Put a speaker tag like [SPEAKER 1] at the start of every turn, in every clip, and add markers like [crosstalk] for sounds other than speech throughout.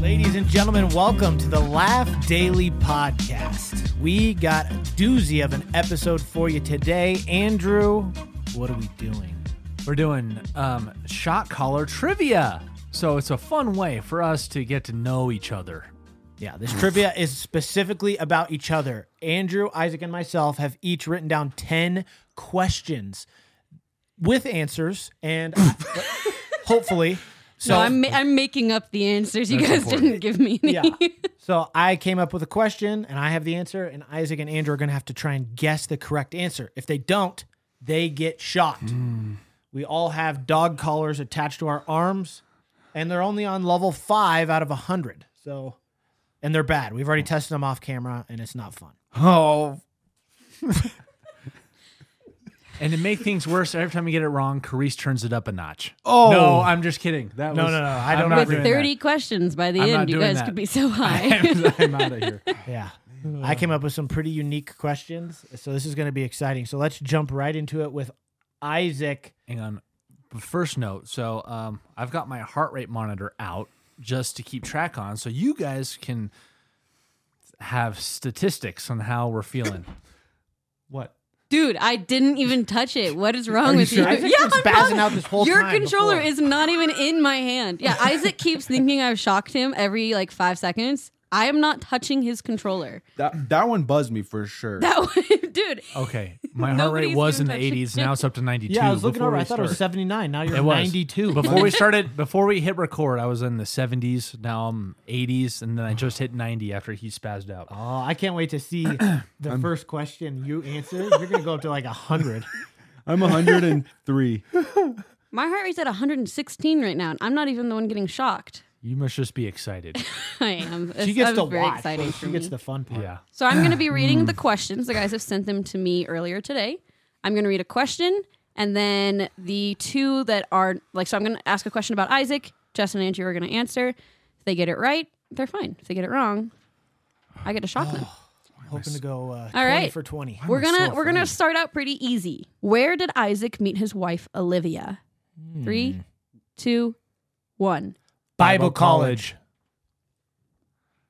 [SPEAKER 1] Ladies and gentlemen, welcome to the Laugh Daily Podcast. We got a doozy of an episode for you today. Andrew, what are we doing?
[SPEAKER 2] We're doing um, shot collar trivia. So it's a fun way for us to get to know each other.
[SPEAKER 1] Yeah, this trivia is specifically about each other. Andrew, Isaac, and myself have each written down 10 questions with answers, and
[SPEAKER 3] [laughs]
[SPEAKER 1] I- hopefully. So
[SPEAKER 3] no, I'm ma- I'm making up the answers. You
[SPEAKER 2] That's
[SPEAKER 3] guys
[SPEAKER 2] important.
[SPEAKER 3] didn't give me any.
[SPEAKER 1] yeah. So I came up with a question and I have the answer, and Isaac and Andrew are going to have to try and guess the correct answer. If they don't, they get shot. We all have dog collars attached to our arms, and they're only on level five out of a 100. So, and they're bad. We've already tested them off camera, and it's not fun.
[SPEAKER 2] Oh. [laughs] and to make things worse, every time you get it wrong, Carice turns it up a notch.
[SPEAKER 1] Oh.
[SPEAKER 2] no, I'm just kidding. That
[SPEAKER 1] No,
[SPEAKER 2] was,
[SPEAKER 1] no, no, I
[SPEAKER 2] I'm
[SPEAKER 1] don't
[SPEAKER 2] not
[SPEAKER 3] With
[SPEAKER 2] doing
[SPEAKER 3] 30 questions by the
[SPEAKER 2] I'm not
[SPEAKER 3] end, you
[SPEAKER 2] doing
[SPEAKER 3] guys
[SPEAKER 2] that.
[SPEAKER 3] could
[SPEAKER 1] [laughs]
[SPEAKER 3] be so high.
[SPEAKER 2] that. I'm out of here.
[SPEAKER 1] Yeah. I came up with some pretty unique questions. So, this is going to be exciting. So, let's jump right into it with Isaac.
[SPEAKER 2] Hang on. But First note. So um, I've got my heart rate monitor out just to keep track on, so you guys can have statistics on how we're feeling. What?
[SPEAKER 3] [laughs] Dude, I didn't even touch it. What is wrong with you?
[SPEAKER 1] sure?
[SPEAKER 3] [laughs]
[SPEAKER 1] Isaac's been spazzing
[SPEAKER 3] probably-
[SPEAKER 1] out this whole
[SPEAKER 3] Your
[SPEAKER 1] time
[SPEAKER 3] controller
[SPEAKER 1] before.
[SPEAKER 3] is not even in my
[SPEAKER 1] [laughs]
[SPEAKER 3] hand. Yeah, Isaac keeps thinking I've shocked him every like five seconds. I am not touching his controller. [laughs]
[SPEAKER 4] That that one buzzed me for sure.
[SPEAKER 3] That one, dude.
[SPEAKER 2] Okay, my heart rate
[SPEAKER 3] Nobody's
[SPEAKER 2] was in
[SPEAKER 3] doing
[SPEAKER 2] the
[SPEAKER 3] that
[SPEAKER 2] 80s.
[SPEAKER 3] shit.
[SPEAKER 2] Now it's up to 92.
[SPEAKER 1] Yeah, I was looking
[SPEAKER 2] before
[SPEAKER 1] over.
[SPEAKER 2] we
[SPEAKER 1] I thought it was
[SPEAKER 2] started.
[SPEAKER 1] 79. Now you're
[SPEAKER 2] It was.
[SPEAKER 1] 92.
[SPEAKER 2] Before we started, before we hit record, I was in the 70s. Now I'm 80s, and then I just hit 90 after he spazzed out.
[SPEAKER 1] Oh, I can't wait to see the first question you answer. You're gonna go up to like a
[SPEAKER 3] [laughs]
[SPEAKER 1] hundred.
[SPEAKER 4] I'm 103.
[SPEAKER 3] My heart rate's at 116 right now, and I'm not even the one getting shocked. [laughs]
[SPEAKER 2] You must just
[SPEAKER 1] [laughs]
[SPEAKER 2] be excited.
[SPEAKER 3] I am.
[SPEAKER 1] She
[SPEAKER 3] This-
[SPEAKER 1] gets
[SPEAKER 3] that
[SPEAKER 1] to
[SPEAKER 3] was very
[SPEAKER 1] watch.
[SPEAKER 3] exciting for
[SPEAKER 1] she gets
[SPEAKER 3] me.
[SPEAKER 1] the fun part.
[SPEAKER 2] yeah.
[SPEAKER 3] So I'm going to be reading the questions. The guys have sent them to me earlier today. I'm going to read a question and then the two that are like, so I'm going to ask a question about Isaac. Justin and Andrew are going to answer. If they get it right, they're fine. If they get it wrong, I get to shock them.
[SPEAKER 1] Hoping to go uh,
[SPEAKER 3] All
[SPEAKER 1] 20
[SPEAKER 3] right.
[SPEAKER 1] for 20.
[SPEAKER 3] We're gonna we're gonna start out pretty easy. Where did Isaac meet his wife Olivia? Three, two, one.
[SPEAKER 1] Bible college.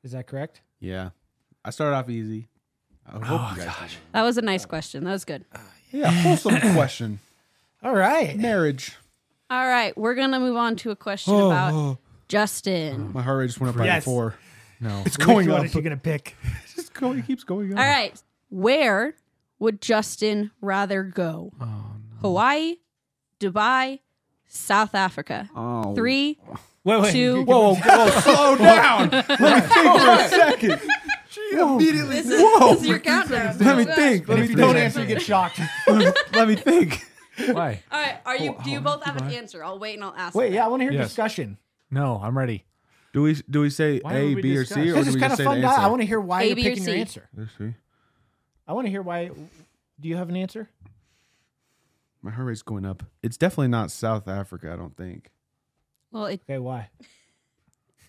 [SPEAKER 1] Is that correct?
[SPEAKER 4] [laughs] Yeah, I started off easy. I hope you guys.
[SPEAKER 3] That was a nice question. That was good.
[SPEAKER 4] Yeah, [laughs] wholesome question.
[SPEAKER 1] All right.
[SPEAKER 4] Marriage.
[SPEAKER 3] All right, we're gonna move on to a question about Justin.
[SPEAKER 4] My heart rate just went up by
[SPEAKER 1] Yes.
[SPEAKER 4] four.
[SPEAKER 2] No.
[SPEAKER 4] It's going
[SPEAKER 1] Which
[SPEAKER 4] up.
[SPEAKER 1] one is she gonna pick?
[SPEAKER 4] It's going. It keeps going up.
[SPEAKER 3] All right. Where would Justin rather go? Hawaii, Dubai, South Africa.
[SPEAKER 4] Oh.
[SPEAKER 3] Three,
[SPEAKER 1] Wait, wait.
[SPEAKER 3] two.
[SPEAKER 4] Whoa, whoa, slow down. Let me think for a second. She immediately.
[SPEAKER 3] This is, this is your countdown.
[SPEAKER 4] [laughs] Let me think. Let me
[SPEAKER 1] If you don't
[SPEAKER 4] think.
[SPEAKER 1] answer, you [laughs] get shocked.
[SPEAKER 4] [laughs] Let me think.
[SPEAKER 2] Why?
[SPEAKER 3] All right. Are you? Do you both have an answer? I'll wait and I'll ask.
[SPEAKER 1] Wait, yeah, I want to hear
[SPEAKER 2] Yes.
[SPEAKER 1] discussion.
[SPEAKER 2] No, I'm ready.
[SPEAKER 4] Do we do we say
[SPEAKER 2] Why
[SPEAKER 4] A,
[SPEAKER 2] would we
[SPEAKER 4] B, or
[SPEAKER 2] discuss?
[SPEAKER 4] C,
[SPEAKER 1] This
[SPEAKER 4] or do
[SPEAKER 1] is
[SPEAKER 4] we
[SPEAKER 1] kind
[SPEAKER 4] just
[SPEAKER 1] of
[SPEAKER 4] say the
[SPEAKER 1] fun. to- I want
[SPEAKER 4] answer?
[SPEAKER 1] to hear why
[SPEAKER 3] A,
[SPEAKER 1] you're
[SPEAKER 3] B, or
[SPEAKER 1] picking your
[SPEAKER 3] C?
[SPEAKER 1] answer.
[SPEAKER 4] Let's see.
[SPEAKER 1] I want to hear why. Do you have an answer?
[SPEAKER 4] My heart rate's going up. It's definitely not South Africa. I don't think.
[SPEAKER 3] Well, it,
[SPEAKER 1] Okay, why?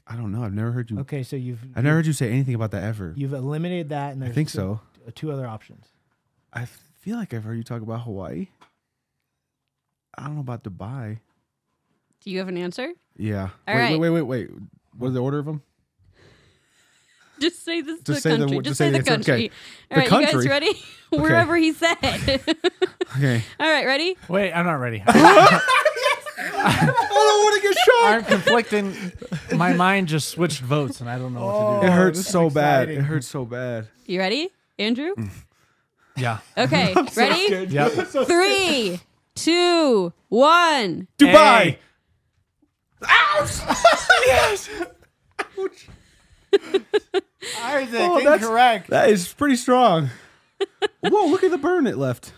[SPEAKER 4] I don't know. I've never heard you.
[SPEAKER 1] Okay, so you've
[SPEAKER 4] I've never heard you say anything about that ever.
[SPEAKER 1] you've eliminated that, and
[SPEAKER 4] I
[SPEAKER 1] there's
[SPEAKER 4] think
[SPEAKER 1] two-
[SPEAKER 4] so.
[SPEAKER 1] two other options.
[SPEAKER 4] I feel like I've heard you talk about Hawaii. I don't know about Dubai.
[SPEAKER 3] do you have an answer? [laughs]
[SPEAKER 4] Yeah.
[SPEAKER 3] All
[SPEAKER 4] wait,
[SPEAKER 3] right.
[SPEAKER 4] wait, wait, wait, wait. What is the order of them?
[SPEAKER 3] Just say this.
[SPEAKER 4] Just
[SPEAKER 3] the
[SPEAKER 4] say the-
[SPEAKER 3] country.
[SPEAKER 4] just
[SPEAKER 3] just
[SPEAKER 4] say
[SPEAKER 3] say
[SPEAKER 4] the
[SPEAKER 3] the
[SPEAKER 4] answer.
[SPEAKER 3] country.
[SPEAKER 4] Okay. The
[SPEAKER 3] All right, you guys
[SPEAKER 4] country.
[SPEAKER 3] ready? [laughs] Wherever he said. [laughs]
[SPEAKER 4] [laughs] Okay.
[SPEAKER 3] All right, ready?
[SPEAKER 2] Wait, I'm not ready.
[SPEAKER 4] [laughs] I don't want to get shot.
[SPEAKER 2] I'm conflicting. My mind just switched votes, and I don't know what to
[SPEAKER 4] It
[SPEAKER 2] do.
[SPEAKER 4] hurts
[SPEAKER 1] this is
[SPEAKER 4] so bad. It
[SPEAKER 1] exciting.
[SPEAKER 4] hurts so bad.
[SPEAKER 3] You ready,
[SPEAKER 4] [laughs]
[SPEAKER 3] Andrew?
[SPEAKER 1] Oh.
[SPEAKER 2] Yeah.
[SPEAKER 3] Okay, ready?
[SPEAKER 2] Yep.
[SPEAKER 3] Three, two, one.
[SPEAKER 4] Dubai.
[SPEAKER 2] Hey.
[SPEAKER 4] [laughs] yes.
[SPEAKER 1] Isaac,
[SPEAKER 4] Oh, that's-
[SPEAKER 1] incorrect.
[SPEAKER 4] That is
[SPEAKER 3] [laughs]
[SPEAKER 4] pretty strong. Whoa, look at the burn it left.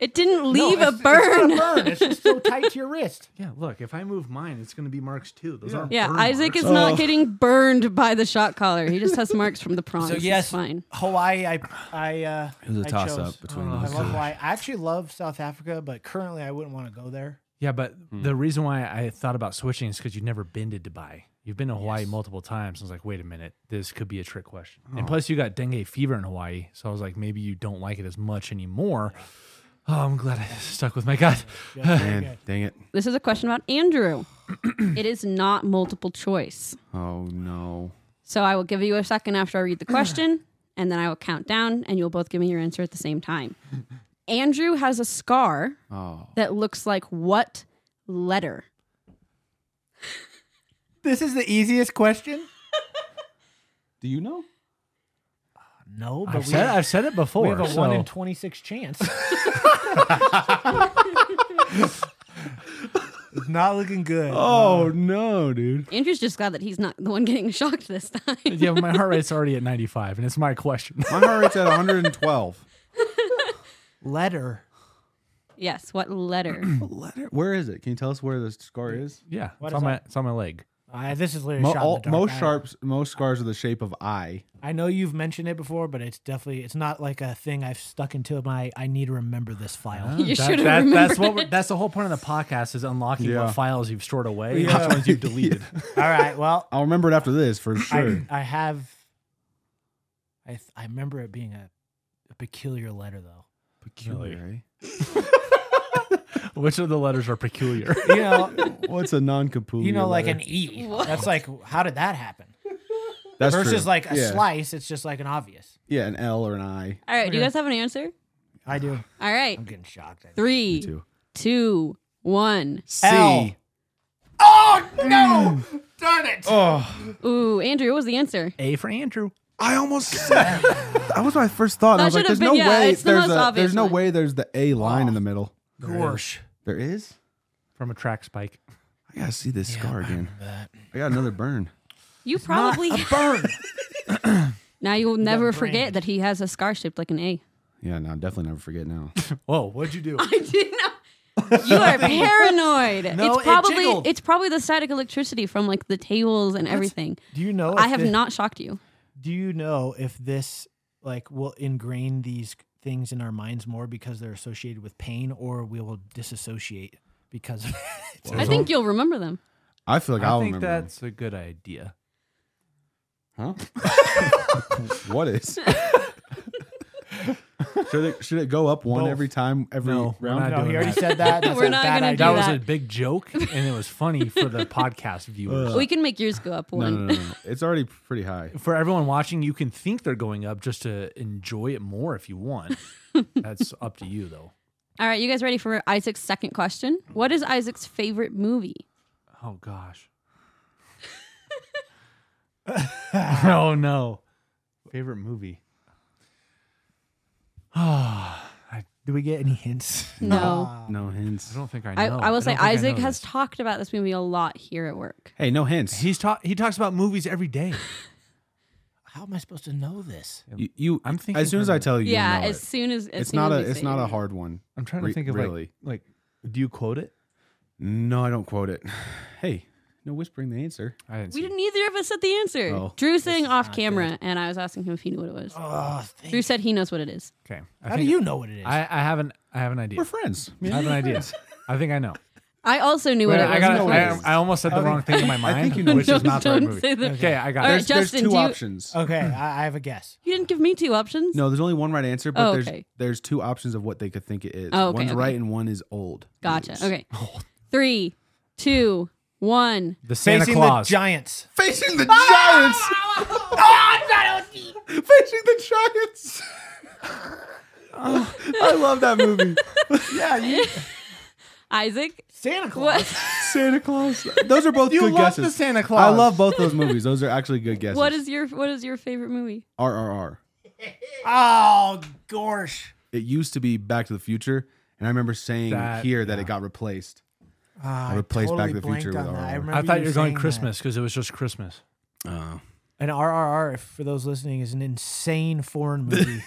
[SPEAKER 3] It didn't leave a
[SPEAKER 1] It's
[SPEAKER 3] burn.
[SPEAKER 1] not a [laughs] burn. It's just so tight tight to your wrist.
[SPEAKER 2] Yeah, look, if I move mine, it's going to be marks too. Those are
[SPEAKER 3] [laughs] Yeah, Isaac is not getting burned by the shot collar. He just has marks from the
[SPEAKER 1] [laughs]
[SPEAKER 3] prawns.
[SPEAKER 1] So
[SPEAKER 3] It's
[SPEAKER 1] yes,
[SPEAKER 3] fine.
[SPEAKER 1] Hawaii. I I uh,
[SPEAKER 4] It was a
[SPEAKER 1] I
[SPEAKER 4] toss
[SPEAKER 1] chose.
[SPEAKER 4] up between
[SPEAKER 1] I
[SPEAKER 4] those.
[SPEAKER 1] love Hawaii. I actually love South Africa, but currently I wouldn't want to go there.
[SPEAKER 2] Yeah, but
[SPEAKER 1] Hmm.
[SPEAKER 2] the reason why I thought about switching is because you've never been to Dubai. You've been to Hawaii multiple times. I was like, wait a minute, this could be a trick question. And
[SPEAKER 1] Oh.
[SPEAKER 2] plus, you got dengue fever in Hawaii, so I was like, maybe you don't like it as much anymore. Oh, I'm glad I stuck with my gut.
[SPEAKER 4] Man, [laughs] dang it.
[SPEAKER 3] This is a question about Andrew. it is not multiple choice.
[SPEAKER 4] Oh no.
[SPEAKER 3] So I will give you a second after I read the question, and then I will count down, and you'll both give me your answer at the same time. Andrew has a scar
[SPEAKER 4] Oh.
[SPEAKER 3] that looks like what letter?
[SPEAKER 1] This is the easiest question.
[SPEAKER 4] Do you know?
[SPEAKER 1] No, but
[SPEAKER 2] I've
[SPEAKER 1] we
[SPEAKER 2] said, I've said it before.
[SPEAKER 1] We have a
[SPEAKER 2] so-
[SPEAKER 1] one in twenty six
[SPEAKER 4] [laughs]
[SPEAKER 1] chance. it's not looking good.
[SPEAKER 4] Oh no, dude.
[SPEAKER 3] Andrew's just glad that he's not the one getting [laughs] shocked this time. [laughs]
[SPEAKER 2] yeah, but my
[SPEAKER 1] [laughs]
[SPEAKER 2] heart rate's already at 95, and it's my question. [laughs]
[SPEAKER 4] My heart rate's at 112.
[SPEAKER 1] Letter.
[SPEAKER 3] yes, what
[SPEAKER 1] [coughs]
[SPEAKER 3] letter?
[SPEAKER 4] What letter? Where is it? Can you tell us where the scar is?
[SPEAKER 2] Yeah,
[SPEAKER 1] What
[SPEAKER 2] it's
[SPEAKER 1] is
[SPEAKER 2] on, my,
[SPEAKER 1] that?
[SPEAKER 2] it's on my leg.
[SPEAKER 1] Uh, this is literally
[SPEAKER 4] Mo-
[SPEAKER 1] shot in the
[SPEAKER 4] all-
[SPEAKER 1] dark.
[SPEAKER 4] most
[SPEAKER 1] I-
[SPEAKER 4] sharps, most scars are the shape of I.
[SPEAKER 1] I know you've mentioned it before, but it's definitely it's not like a thing I've stuck into my. I need to remember this file.
[SPEAKER 3] You should've
[SPEAKER 2] Ah, That's
[SPEAKER 3] remembered
[SPEAKER 2] what. we're- That's the whole point of the podcast is unlocking
[SPEAKER 4] Yeah.
[SPEAKER 2] what files you've stored away, and which
[SPEAKER 1] [laughs]
[SPEAKER 2] ones
[SPEAKER 4] [laughs]
[SPEAKER 2] you've deleted.
[SPEAKER 1] All right. Well,
[SPEAKER 4] I'll remember it after this for sure.
[SPEAKER 1] I, I have. I th- I remember it being a, a peculiar letter though.
[SPEAKER 4] Peculiar.
[SPEAKER 2] Which of the letters are peculiar?
[SPEAKER 1] You
[SPEAKER 4] [laughs]
[SPEAKER 1] know,
[SPEAKER 4] eh? What's a non-capulio?
[SPEAKER 1] you know, like
[SPEAKER 4] letter?
[SPEAKER 1] an E. That's like how did that happen?
[SPEAKER 4] That's
[SPEAKER 1] Versus
[SPEAKER 4] true.
[SPEAKER 1] like a
[SPEAKER 4] yeah.
[SPEAKER 1] slice. It's just like an obvious.
[SPEAKER 4] Yeah, an L or an I.
[SPEAKER 3] All right, do you guys have an answer?
[SPEAKER 1] I do.
[SPEAKER 3] All right,
[SPEAKER 1] I'm getting shocked. I think.
[SPEAKER 3] three,
[SPEAKER 4] Two.
[SPEAKER 3] two, one.
[SPEAKER 4] C.
[SPEAKER 1] L. Oh no! Darn it!
[SPEAKER 4] Oh,
[SPEAKER 3] Ooh, Andrew, what was the answer?
[SPEAKER 2] A for Andrew.
[SPEAKER 4] I almost said that was my first thought. and I
[SPEAKER 3] That
[SPEAKER 4] was like,
[SPEAKER 3] should've
[SPEAKER 4] "There's
[SPEAKER 3] been-
[SPEAKER 4] no
[SPEAKER 3] yeah,
[SPEAKER 4] way
[SPEAKER 3] it's the
[SPEAKER 4] there's
[SPEAKER 3] most
[SPEAKER 4] a,
[SPEAKER 3] obvious
[SPEAKER 4] there's no
[SPEAKER 3] one.
[SPEAKER 4] way there's the A line
[SPEAKER 1] Oh.
[SPEAKER 4] in the middle."
[SPEAKER 3] Uh,
[SPEAKER 1] Gosh.
[SPEAKER 4] There is.
[SPEAKER 2] from a track spike.
[SPEAKER 4] I gotta see this scar again. I got another burn.
[SPEAKER 3] You probably
[SPEAKER 1] Ah, burn.
[SPEAKER 3] [laughs] now you will never
[SPEAKER 1] brain.
[SPEAKER 3] forget that he has a scar shaped like an
[SPEAKER 1] [laughs]
[SPEAKER 3] A.
[SPEAKER 4] Yeah, no, definitely never forget now.
[SPEAKER 2] Whoa, what'd you do?
[SPEAKER 3] I didn't know. [laughs] You are paranoid.
[SPEAKER 1] No,
[SPEAKER 3] it's
[SPEAKER 1] it
[SPEAKER 3] probably
[SPEAKER 1] jiggled.
[SPEAKER 3] it's probably the static electricity from like the tables and everything.
[SPEAKER 1] Do you know?
[SPEAKER 3] I
[SPEAKER 1] if
[SPEAKER 3] have
[SPEAKER 1] the-
[SPEAKER 3] not shocked you.
[SPEAKER 1] Do you know if this like will ingrain these things in our minds more because they're associated with pain, or we will disassociate because of [laughs] it?
[SPEAKER 3] I think you'll remember them.
[SPEAKER 4] I feel like
[SPEAKER 2] I
[SPEAKER 4] I'll
[SPEAKER 2] think
[SPEAKER 4] remember. them.
[SPEAKER 2] that's a good idea.
[SPEAKER 4] Huh? [laughs] what is? [laughs] should it should it go up one
[SPEAKER 1] Both.
[SPEAKER 4] every time every
[SPEAKER 2] No, we're
[SPEAKER 4] round?
[SPEAKER 2] not
[SPEAKER 1] No,
[SPEAKER 2] doing
[SPEAKER 1] he already
[SPEAKER 2] that.
[SPEAKER 1] said
[SPEAKER 3] [laughs]
[SPEAKER 1] that. That's
[SPEAKER 3] We're
[SPEAKER 1] a
[SPEAKER 3] not
[SPEAKER 1] bad
[SPEAKER 3] gonna
[SPEAKER 1] idea.
[SPEAKER 3] do
[SPEAKER 2] That was
[SPEAKER 3] that.
[SPEAKER 2] a big joke, and it was funny for the podcast viewers.
[SPEAKER 3] we can make yours go up
[SPEAKER 4] No,
[SPEAKER 3] one.
[SPEAKER 4] no, no, no, no. [laughs] It's already pretty high.
[SPEAKER 2] For everyone watching, you can think they're going up just to enjoy it more if you want.
[SPEAKER 3] [laughs]
[SPEAKER 2] That's up to you, though.
[SPEAKER 3] All right, you guys ready for Isaac's second question? What is Isaac's favorite movie?
[SPEAKER 2] Oh gosh. oh no. Favorite movie. Ah, [sighs] I
[SPEAKER 1] Do we get any hints?
[SPEAKER 3] No.
[SPEAKER 4] No
[SPEAKER 2] uh, I
[SPEAKER 4] hints.
[SPEAKER 2] don't think I
[SPEAKER 3] I,
[SPEAKER 2] know.
[SPEAKER 3] I will
[SPEAKER 2] don't
[SPEAKER 3] say
[SPEAKER 2] think I
[SPEAKER 3] Isaac
[SPEAKER 2] know
[SPEAKER 3] has
[SPEAKER 2] this.
[SPEAKER 3] talked about this movie a lot here at work.
[SPEAKER 4] Hey, no hints.
[SPEAKER 2] He's ta- he talks about movies every day.
[SPEAKER 1] How am I supposed to know this?
[SPEAKER 4] You, you-
[SPEAKER 2] I'm thinking
[SPEAKER 4] as soon as I
[SPEAKER 2] from-
[SPEAKER 4] tell you,
[SPEAKER 3] yeah,
[SPEAKER 4] you'll know
[SPEAKER 3] as
[SPEAKER 4] it.
[SPEAKER 3] soon as, as
[SPEAKER 4] it's
[SPEAKER 3] soon
[SPEAKER 4] not
[SPEAKER 3] as
[SPEAKER 4] a
[SPEAKER 3] we
[SPEAKER 4] it's
[SPEAKER 3] say
[SPEAKER 4] not
[SPEAKER 3] it.
[SPEAKER 4] a hard one.
[SPEAKER 2] I'm trying
[SPEAKER 4] Re-
[SPEAKER 2] to think of
[SPEAKER 4] really.
[SPEAKER 2] like like do you quote it?
[SPEAKER 4] No, I don't quote it. [sighs] Hey, no whispering the answer.
[SPEAKER 2] I didn't
[SPEAKER 3] We didn't either of us said the answer.
[SPEAKER 4] Oh.
[SPEAKER 3] Drew sang off camera, and I was asking him if he knew what it was.
[SPEAKER 1] Oh, thank-
[SPEAKER 3] Drew said he knows what it is.
[SPEAKER 2] Okay. I
[SPEAKER 1] how do
[SPEAKER 2] think-
[SPEAKER 1] you know what it is?
[SPEAKER 2] I, I have an I have an idea.
[SPEAKER 4] We're friends.
[SPEAKER 2] I have an
[SPEAKER 3] [laughs]
[SPEAKER 2] idea. I think I know.
[SPEAKER 3] I also knew what
[SPEAKER 2] Wait,
[SPEAKER 3] it was.
[SPEAKER 2] I, got,
[SPEAKER 4] know
[SPEAKER 3] before.
[SPEAKER 4] what it
[SPEAKER 2] I, [laughs]
[SPEAKER 4] is.
[SPEAKER 2] I almost said the wrong thing in my mind,
[SPEAKER 4] think you know
[SPEAKER 2] which
[SPEAKER 3] Don't-
[SPEAKER 2] is not the right
[SPEAKER 3] don't
[SPEAKER 2] movie.
[SPEAKER 3] say that.
[SPEAKER 2] Okay, I got
[SPEAKER 3] All
[SPEAKER 2] it.
[SPEAKER 3] right,
[SPEAKER 4] There's, there's
[SPEAKER 3] Justin,
[SPEAKER 4] two
[SPEAKER 3] do you-
[SPEAKER 4] options.
[SPEAKER 2] Oh. [clears throat]
[SPEAKER 1] okay, I, I have a guess.
[SPEAKER 3] You didn't give me two options.
[SPEAKER 4] No, there's only one right answer, but
[SPEAKER 3] Oh,
[SPEAKER 4] there's
[SPEAKER 3] okay.
[SPEAKER 4] there's two options of what they could think it is.
[SPEAKER 3] Oh, okay,
[SPEAKER 4] One's
[SPEAKER 3] okay.
[SPEAKER 4] right and one is old.
[SPEAKER 3] Gotcha.
[SPEAKER 4] news. [laughs]
[SPEAKER 3] Okay. Three, two, one.
[SPEAKER 2] The Santa
[SPEAKER 1] Facing
[SPEAKER 2] Claus.
[SPEAKER 1] the Giants.
[SPEAKER 4] Facing the
[SPEAKER 2] Ah!
[SPEAKER 4] Giants.
[SPEAKER 2] [laughs]
[SPEAKER 4] Ah! Facing the Giants. I love
[SPEAKER 2] [laughs]
[SPEAKER 4] that movie. yeah, you, [laughs]
[SPEAKER 3] Isaac,
[SPEAKER 1] Santa Claus.
[SPEAKER 3] what
[SPEAKER 4] Santa Claus. Those are both
[SPEAKER 2] You
[SPEAKER 4] good
[SPEAKER 2] love the
[SPEAKER 4] guesses.
[SPEAKER 2] Santa
[SPEAKER 4] I
[SPEAKER 2] Claus.
[SPEAKER 4] love both those movies. Those are actually good guesses.
[SPEAKER 3] what is your what is your favorite movie?
[SPEAKER 4] RRR?
[SPEAKER 1] Oh gosh.
[SPEAKER 4] It used to be Back to the Future, and I remember saying
[SPEAKER 2] That-
[SPEAKER 4] here that it got replaced.
[SPEAKER 1] Ah, I
[SPEAKER 4] replaced
[SPEAKER 1] totally
[SPEAKER 4] Back to the
[SPEAKER 1] blanked
[SPEAKER 4] Future with
[SPEAKER 1] on that.
[SPEAKER 4] RRR.
[SPEAKER 1] I,
[SPEAKER 4] I
[SPEAKER 1] remember
[SPEAKER 2] I thought you were going
[SPEAKER 1] saying that.
[SPEAKER 2] Christmas because it was just [laughs] Christmas.
[SPEAKER 4] Oh,
[SPEAKER 1] And RRR, if- for those listening, is an insane
[SPEAKER 2] [laughs]
[SPEAKER 1] foreign movie.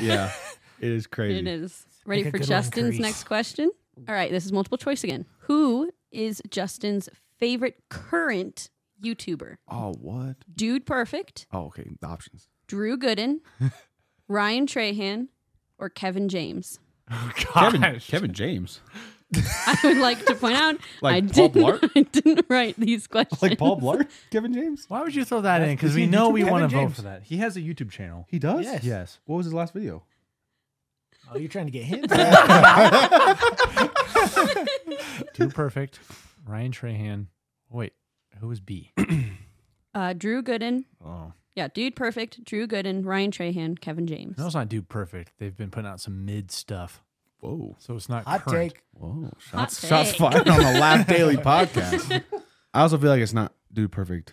[SPEAKER 4] yeah, it is crazy.
[SPEAKER 3] It is ready
[SPEAKER 1] Like a
[SPEAKER 3] for
[SPEAKER 1] good one,
[SPEAKER 3] Justin's
[SPEAKER 1] Grease.
[SPEAKER 3] next question. All right, this is multiple choice again. Who is Justin's favorite current YouTuber?
[SPEAKER 4] Oh, what?
[SPEAKER 3] Dude Perfect,
[SPEAKER 4] Oh, okay.
[SPEAKER 2] [laughs]
[SPEAKER 4] The options.
[SPEAKER 3] Drew
[SPEAKER 4] [laughs]
[SPEAKER 3] Gooden, Ryan Trahan, or Kevin James?
[SPEAKER 4] Kevin,
[SPEAKER 2] [laughs]
[SPEAKER 4] Kevin James.
[SPEAKER 3] [laughs] I would like to point out
[SPEAKER 4] Like
[SPEAKER 3] I,
[SPEAKER 4] Paul
[SPEAKER 3] didn't,
[SPEAKER 4] Blart?
[SPEAKER 3] [laughs] I didn't write these questions.
[SPEAKER 4] Like Paul Blart? Kevin James?
[SPEAKER 2] Why would you throw that in? Because
[SPEAKER 4] Is
[SPEAKER 2] we
[SPEAKER 4] he
[SPEAKER 2] know
[SPEAKER 4] YouTube
[SPEAKER 2] we
[SPEAKER 4] Kevin
[SPEAKER 2] want to vote
[SPEAKER 4] James?
[SPEAKER 2] for that. He has a YouTube [laughs] channel.
[SPEAKER 4] He does?
[SPEAKER 1] Yes.
[SPEAKER 2] Yes.
[SPEAKER 4] What was his last video?
[SPEAKER 1] Oh, you're trying to get him.
[SPEAKER 2] Two perfect. Ryan Trahan. Wait, who was B?
[SPEAKER 3] [laughs] Uh, Drew Gooden.
[SPEAKER 2] oh.
[SPEAKER 3] Yeah, Dude Perfect, Drew Gooden, Ryan Trahan, Kevin James.
[SPEAKER 2] No, it's not Dude Perfect. They've been putting out some mid stuff.
[SPEAKER 4] Whoa.
[SPEAKER 2] So it's not
[SPEAKER 1] Hot
[SPEAKER 2] current.
[SPEAKER 1] take.
[SPEAKER 4] Whoa.
[SPEAKER 3] Hot
[SPEAKER 4] Shots, shots
[SPEAKER 3] take.
[SPEAKER 4] fired on the Laugh Daily podcast. I also feel like it's not Dude Perfect.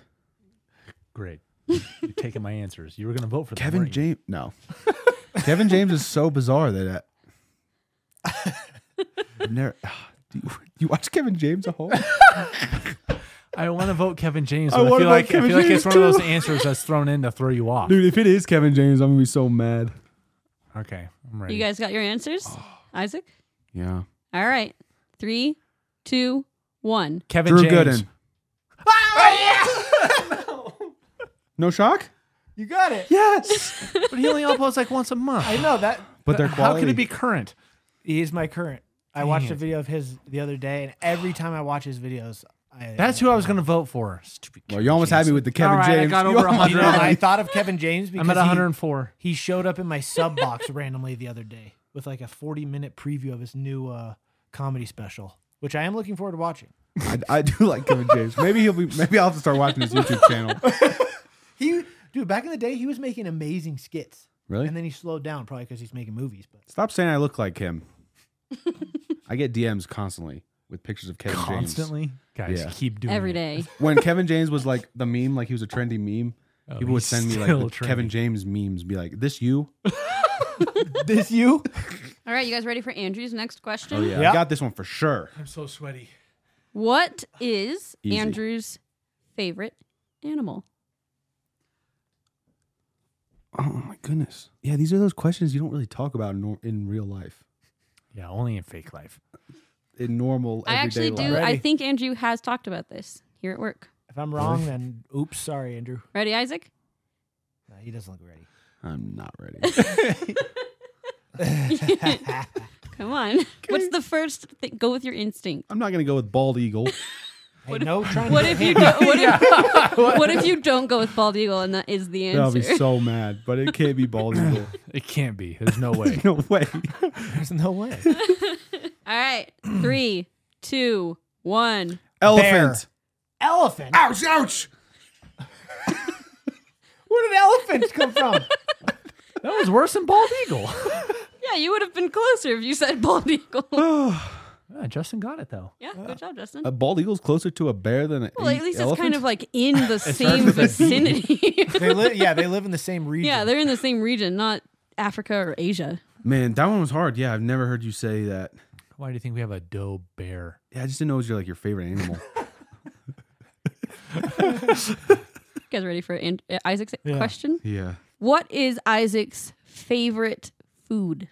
[SPEAKER 2] Great. You're taking my answers. You were going to vote for that,
[SPEAKER 4] Kevin
[SPEAKER 2] weren't you?
[SPEAKER 4] James. No. [laughs] Kevin James is so bizarre that. I, I've never. ah, Do you, you watch Kevin James a whole?
[SPEAKER 2] I want to vote Kevin James.
[SPEAKER 4] I
[SPEAKER 2] but I,
[SPEAKER 4] wanna
[SPEAKER 2] feel
[SPEAKER 4] vote
[SPEAKER 2] like, I
[SPEAKER 4] Kevin
[SPEAKER 2] feel like it's
[SPEAKER 4] James
[SPEAKER 2] one of those
[SPEAKER 4] too.
[SPEAKER 2] answers that's thrown in to throw you off.
[SPEAKER 4] [laughs] Dude, if it is Kevin James, I'm gonna be so mad.
[SPEAKER 2] Okay. I'm ready.
[SPEAKER 3] You guys got your answers?
[SPEAKER 4] Oh.
[SPEAKER 3] Isaac?
[SPEAKER 4] Yeah.
[SPEAKER 3] All right. Three, two, one.
[SPEAKER 2] Kevin
[SPEAKER 4] Drew
[SPEAKER 2] James. [laughs] Oh,
[SPEAKER 4] Gooden.
[SPEAKER 2] [laughs]
[SPEAKER 4] No shock?
[SPEAKER 1] You got it.
[SPEAKER 4] Yes. [laughs]
[SPEAKER 2] But he only uploads like once a month.
[SPEAKER 1] I know that.
[SPEAKER 4] But their
[SPEAKER 2] How
[SPEAKER 4] quality.
[SPEAKER 2] can it be current?
[SPEAKER 1] He is my current. I watched
[SPEAKER 2] it.
[SPEAKER 1] a video of his the other day, and every time I watch his videos, I
[SPEAKER 2] That's who I was going to vote for. Stupid
[SPEAKER 4] Well, you almost had me with the Kevin
[SPEAKER 2] All right, I
[SPEAKER 4] James.
[SPEAKER 2] got
[SPEAKER 4] [laughs] You
[SPEAKER 2] over 100.
[SPEAKER 4] almost-
[SPEAKER 1] You know, I thought of Kevin James because
[SPEAKER 2] I'm at
[SPEAKER 1] he-
[SPEAKER 2] 104.
[SPEAKER 1] He, showed up in my sub box [laughs] randomly the other day with like a 40 minute preview of his new uh, comedy special, which I am looking forward to watching.
[SPEAKER 4] I, I do like Kevin James. Maybe he'll be. Maybe I'll have to start watching his YouTube
[SPEAKER 2] [laughs]
[SPEAKER 4] channel.
[SPEAKER 1] He, dude, back in the day, he was making amazing skits,
[SPEAKER 4] Really?
[SPEAKER 1] and then he slowed down probably because he's making movies. But
[SPEAKER 4] Stop saying I look like him. I get DMs constantly with pictures of Kevin James.
[SPEAKER 2] Constantly? Guys,
[SPEAKER 4] Yeah.
[SPEAKER 2] keep doing
[SPEAKER 3] Every
[SPEAKER 2] it.
[SPEAKER 3] day.
[SPEAKER 4] When Kevin James was like the meme, like he was a trendy meme.
[SPEAKER 2] Oh,
[SPEAKER 4] people would
[SPEAKER 2] he's
[SPEAKER 4] send me like
[SPEAKER 2] still
[SPEAKER 4] the Kevin
[SPEAKER 2] trendy.
[SPEAKER 4] James memes, be like, "This you?
[SPEAKER 1] [laughs] this you?
[SPEAKER 3] All right, you guys ready for Andrew's next question?
[SPEAKER 4] Oh yeah,
[SPEAKER 1] Yeah.
[SPEAKER 4] I got this one for sure."
[SPEAKER 2] I'm so sweaty.
[SPEAKER 3] What is
[SPEAKER 4] Easy.
[SPEAKER 3] Andrew's favorite animal?
[SPEAKER 4] Oh my goodness. Yeah, these are those questions you don't really talk about in, nor- in real life,
[SPEAKER 2] Yeah, only in fake life.
[SPEAKER 4] in normal.
[SPEAKER 3] I
[SPEAKER 4] everyday
[SPEAKER 3] actually do.
[SPEAKER 4] life.
[SPEAKER 3] I
[SPEAKER 1] Ready.
[SPEAKER 3] think Andrew has talked about this here at work.
[SPEAKER 1] If I'm wrong, then oops, sorry, Andrew.
[SPEAKER 3] Ready, Isaac?
[SPEAKER 1] No, he doesn't look ready.
[SPEAKER 4] I'm not ready.
[SPEAKER 3] Come on. [laughs] What's the first thing? Go with your instinct.
[SPEAKER 4] [laughs] I'm not gonna go with
[SPEAKER 3] [laughs]
[SPEAKER 4] bald eagle.
[SPEAKER 1] Hey, no, trying to
[SPEAKER 3] What
[SPEAKER 1] get
[SPEAKER 3] if
[SPEAKER 1] him.
[SPEAKER 4] [laughs]
[SPEAKER 3] you don't, what, if, [laughs] what if you don't go with bald eagle and that is the answer?
[SPEAKER 4] I'll be so mad, but it can't be [laughs] bald eagle.
[SPEAKER 2] It can't be. There's no
[SPEAKER 4] [laughs]
[SPEAKER 2] way.
[SPEAKER 4] No way.
[SPEAKER 1] There's no way.
[SPEAKER 3] [laughs] [laughs] All right, three, two, one.
[SPEAKER 4] Elephant.
[SPEAKER 1] Elephant?
[SPEAKER 4] Ouch! Ouch!
[SPEAKER 1] Where did elephants come
[SPEAKER 3] [laughs]
[SPEAKER 1] from?
[SPEAKER 2] that was worse than bald eagle. [laughs]
[SPEAKER 3] Yeah, you would have been closer if you said bald eagle.
[SPEAKER 4] [laughs]
[SPEAKER 2] Yeah, Ah, Justin got it though.
[SPEAKER 3] yeah, good job, Justin.
[SPEAKER 4] A bald eagle's closer to a bear than a
[SPEAKER 3] well, at least
[SPEAKER 4] elephant?
[SPEAKER 3] it's kind of like in
[SPEAKER 4] [laughs]
[SPEAKER 3] the same vicinity. [laughs]
[SPEAKER 1] they live. Yeah, they live in the same region.
[SPEAKER 3] yeah, they're in the same region, not Africa or Asia.
[SPEAKER 4] Man, that one was hard. Yeah, I've never heard you say that.
[SPEAKER 2] Why do you think we have a doe bear?
[SPEAKER 4] Yeah, I just didn't know it was your like your favorite animal.
[SPEAKER 3] You guys ready for An- uh, Isaac's
[SPEAKER 1] Yeah.
[SPEAKER 3] question?
[SPEAKER 4] [laughs] yeah.
[SPEAKER 3] What is Isaac's favorite food?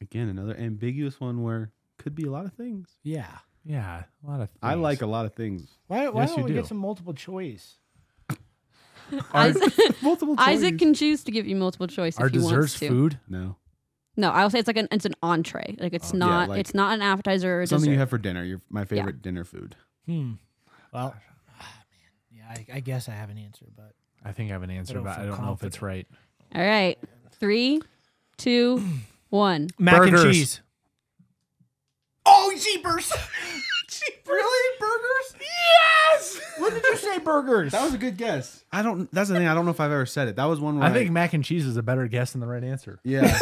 [SPEAKER 4] Again, another ambiguous one where could be a lot of things.
[SPEAKER 1] yeah.
[SPEAKER 2] Yeah, a lot of. Things.
[SPEAKER 4] I like a lot of things.
[SPEAKER 1] Why, why
[SPEAKER 2] Yes,
[SPEAKER 1] don't
[SPEAKER 2] you
[SPEAKER 1] we
[SPEAKER 2] do.
[SPEAKER 1] get some multiple choice?
[SPEAKER 3] Isaac,
[SPEAKER 4] [laughs] Multiple choice.
[SPEAKER 3] [laughs] Isaac can choose to give you multiple choice if
[SPEAKER 2] Are
[SPEAKER 3] he
[SPEAKER 2] desserts
[SPEAKER 3] wants to.
[SPEAKER 2] food?
[SPEAKER 4] no.
[SPEAKER 3] No, I will say it's like an it's an entree. Like it's not
[SPEAKER 4] Oh, like-
[SPEAKER 3] it's not an appetizer or a
[SPEAKER 4] Something
[SPEAKER 3] dessert.
[SPEAKER 4] you have for dinner. Your my favorite dinner food.
[SPEAKER 1] Hmm. Well, ah, man. Yeah, I, I guess I have an answer, but
[SPEAKER 2] I think I have an answer,
[SPEAKER 1] don't
[SPEAKER 2] but I
[SPEAKER 1] feel
[SPEAKER 2] don't know if it's right.
[SPEAKER 3] All right, three,
[SPEAKER 4] [clears throat]
[SPEAKER 3] two, one.
[SPEAKER 1] mac and
[SPEAKER 2] Burgers.
[SPEAKER 1] cheese. Oh, [laughs] jeepers! Really, burgers? Yes. When did you say burgers?
[SPEAKER 4] That was a good guess. I don't. That's the thing. I don't know if I've ever said it. That was one. Where
[SPEAKER 2] I think mac and cheese is a better guess than the right answer.
[SPEAKER 3] [laughs]
[SPEAKER 4] Yeah.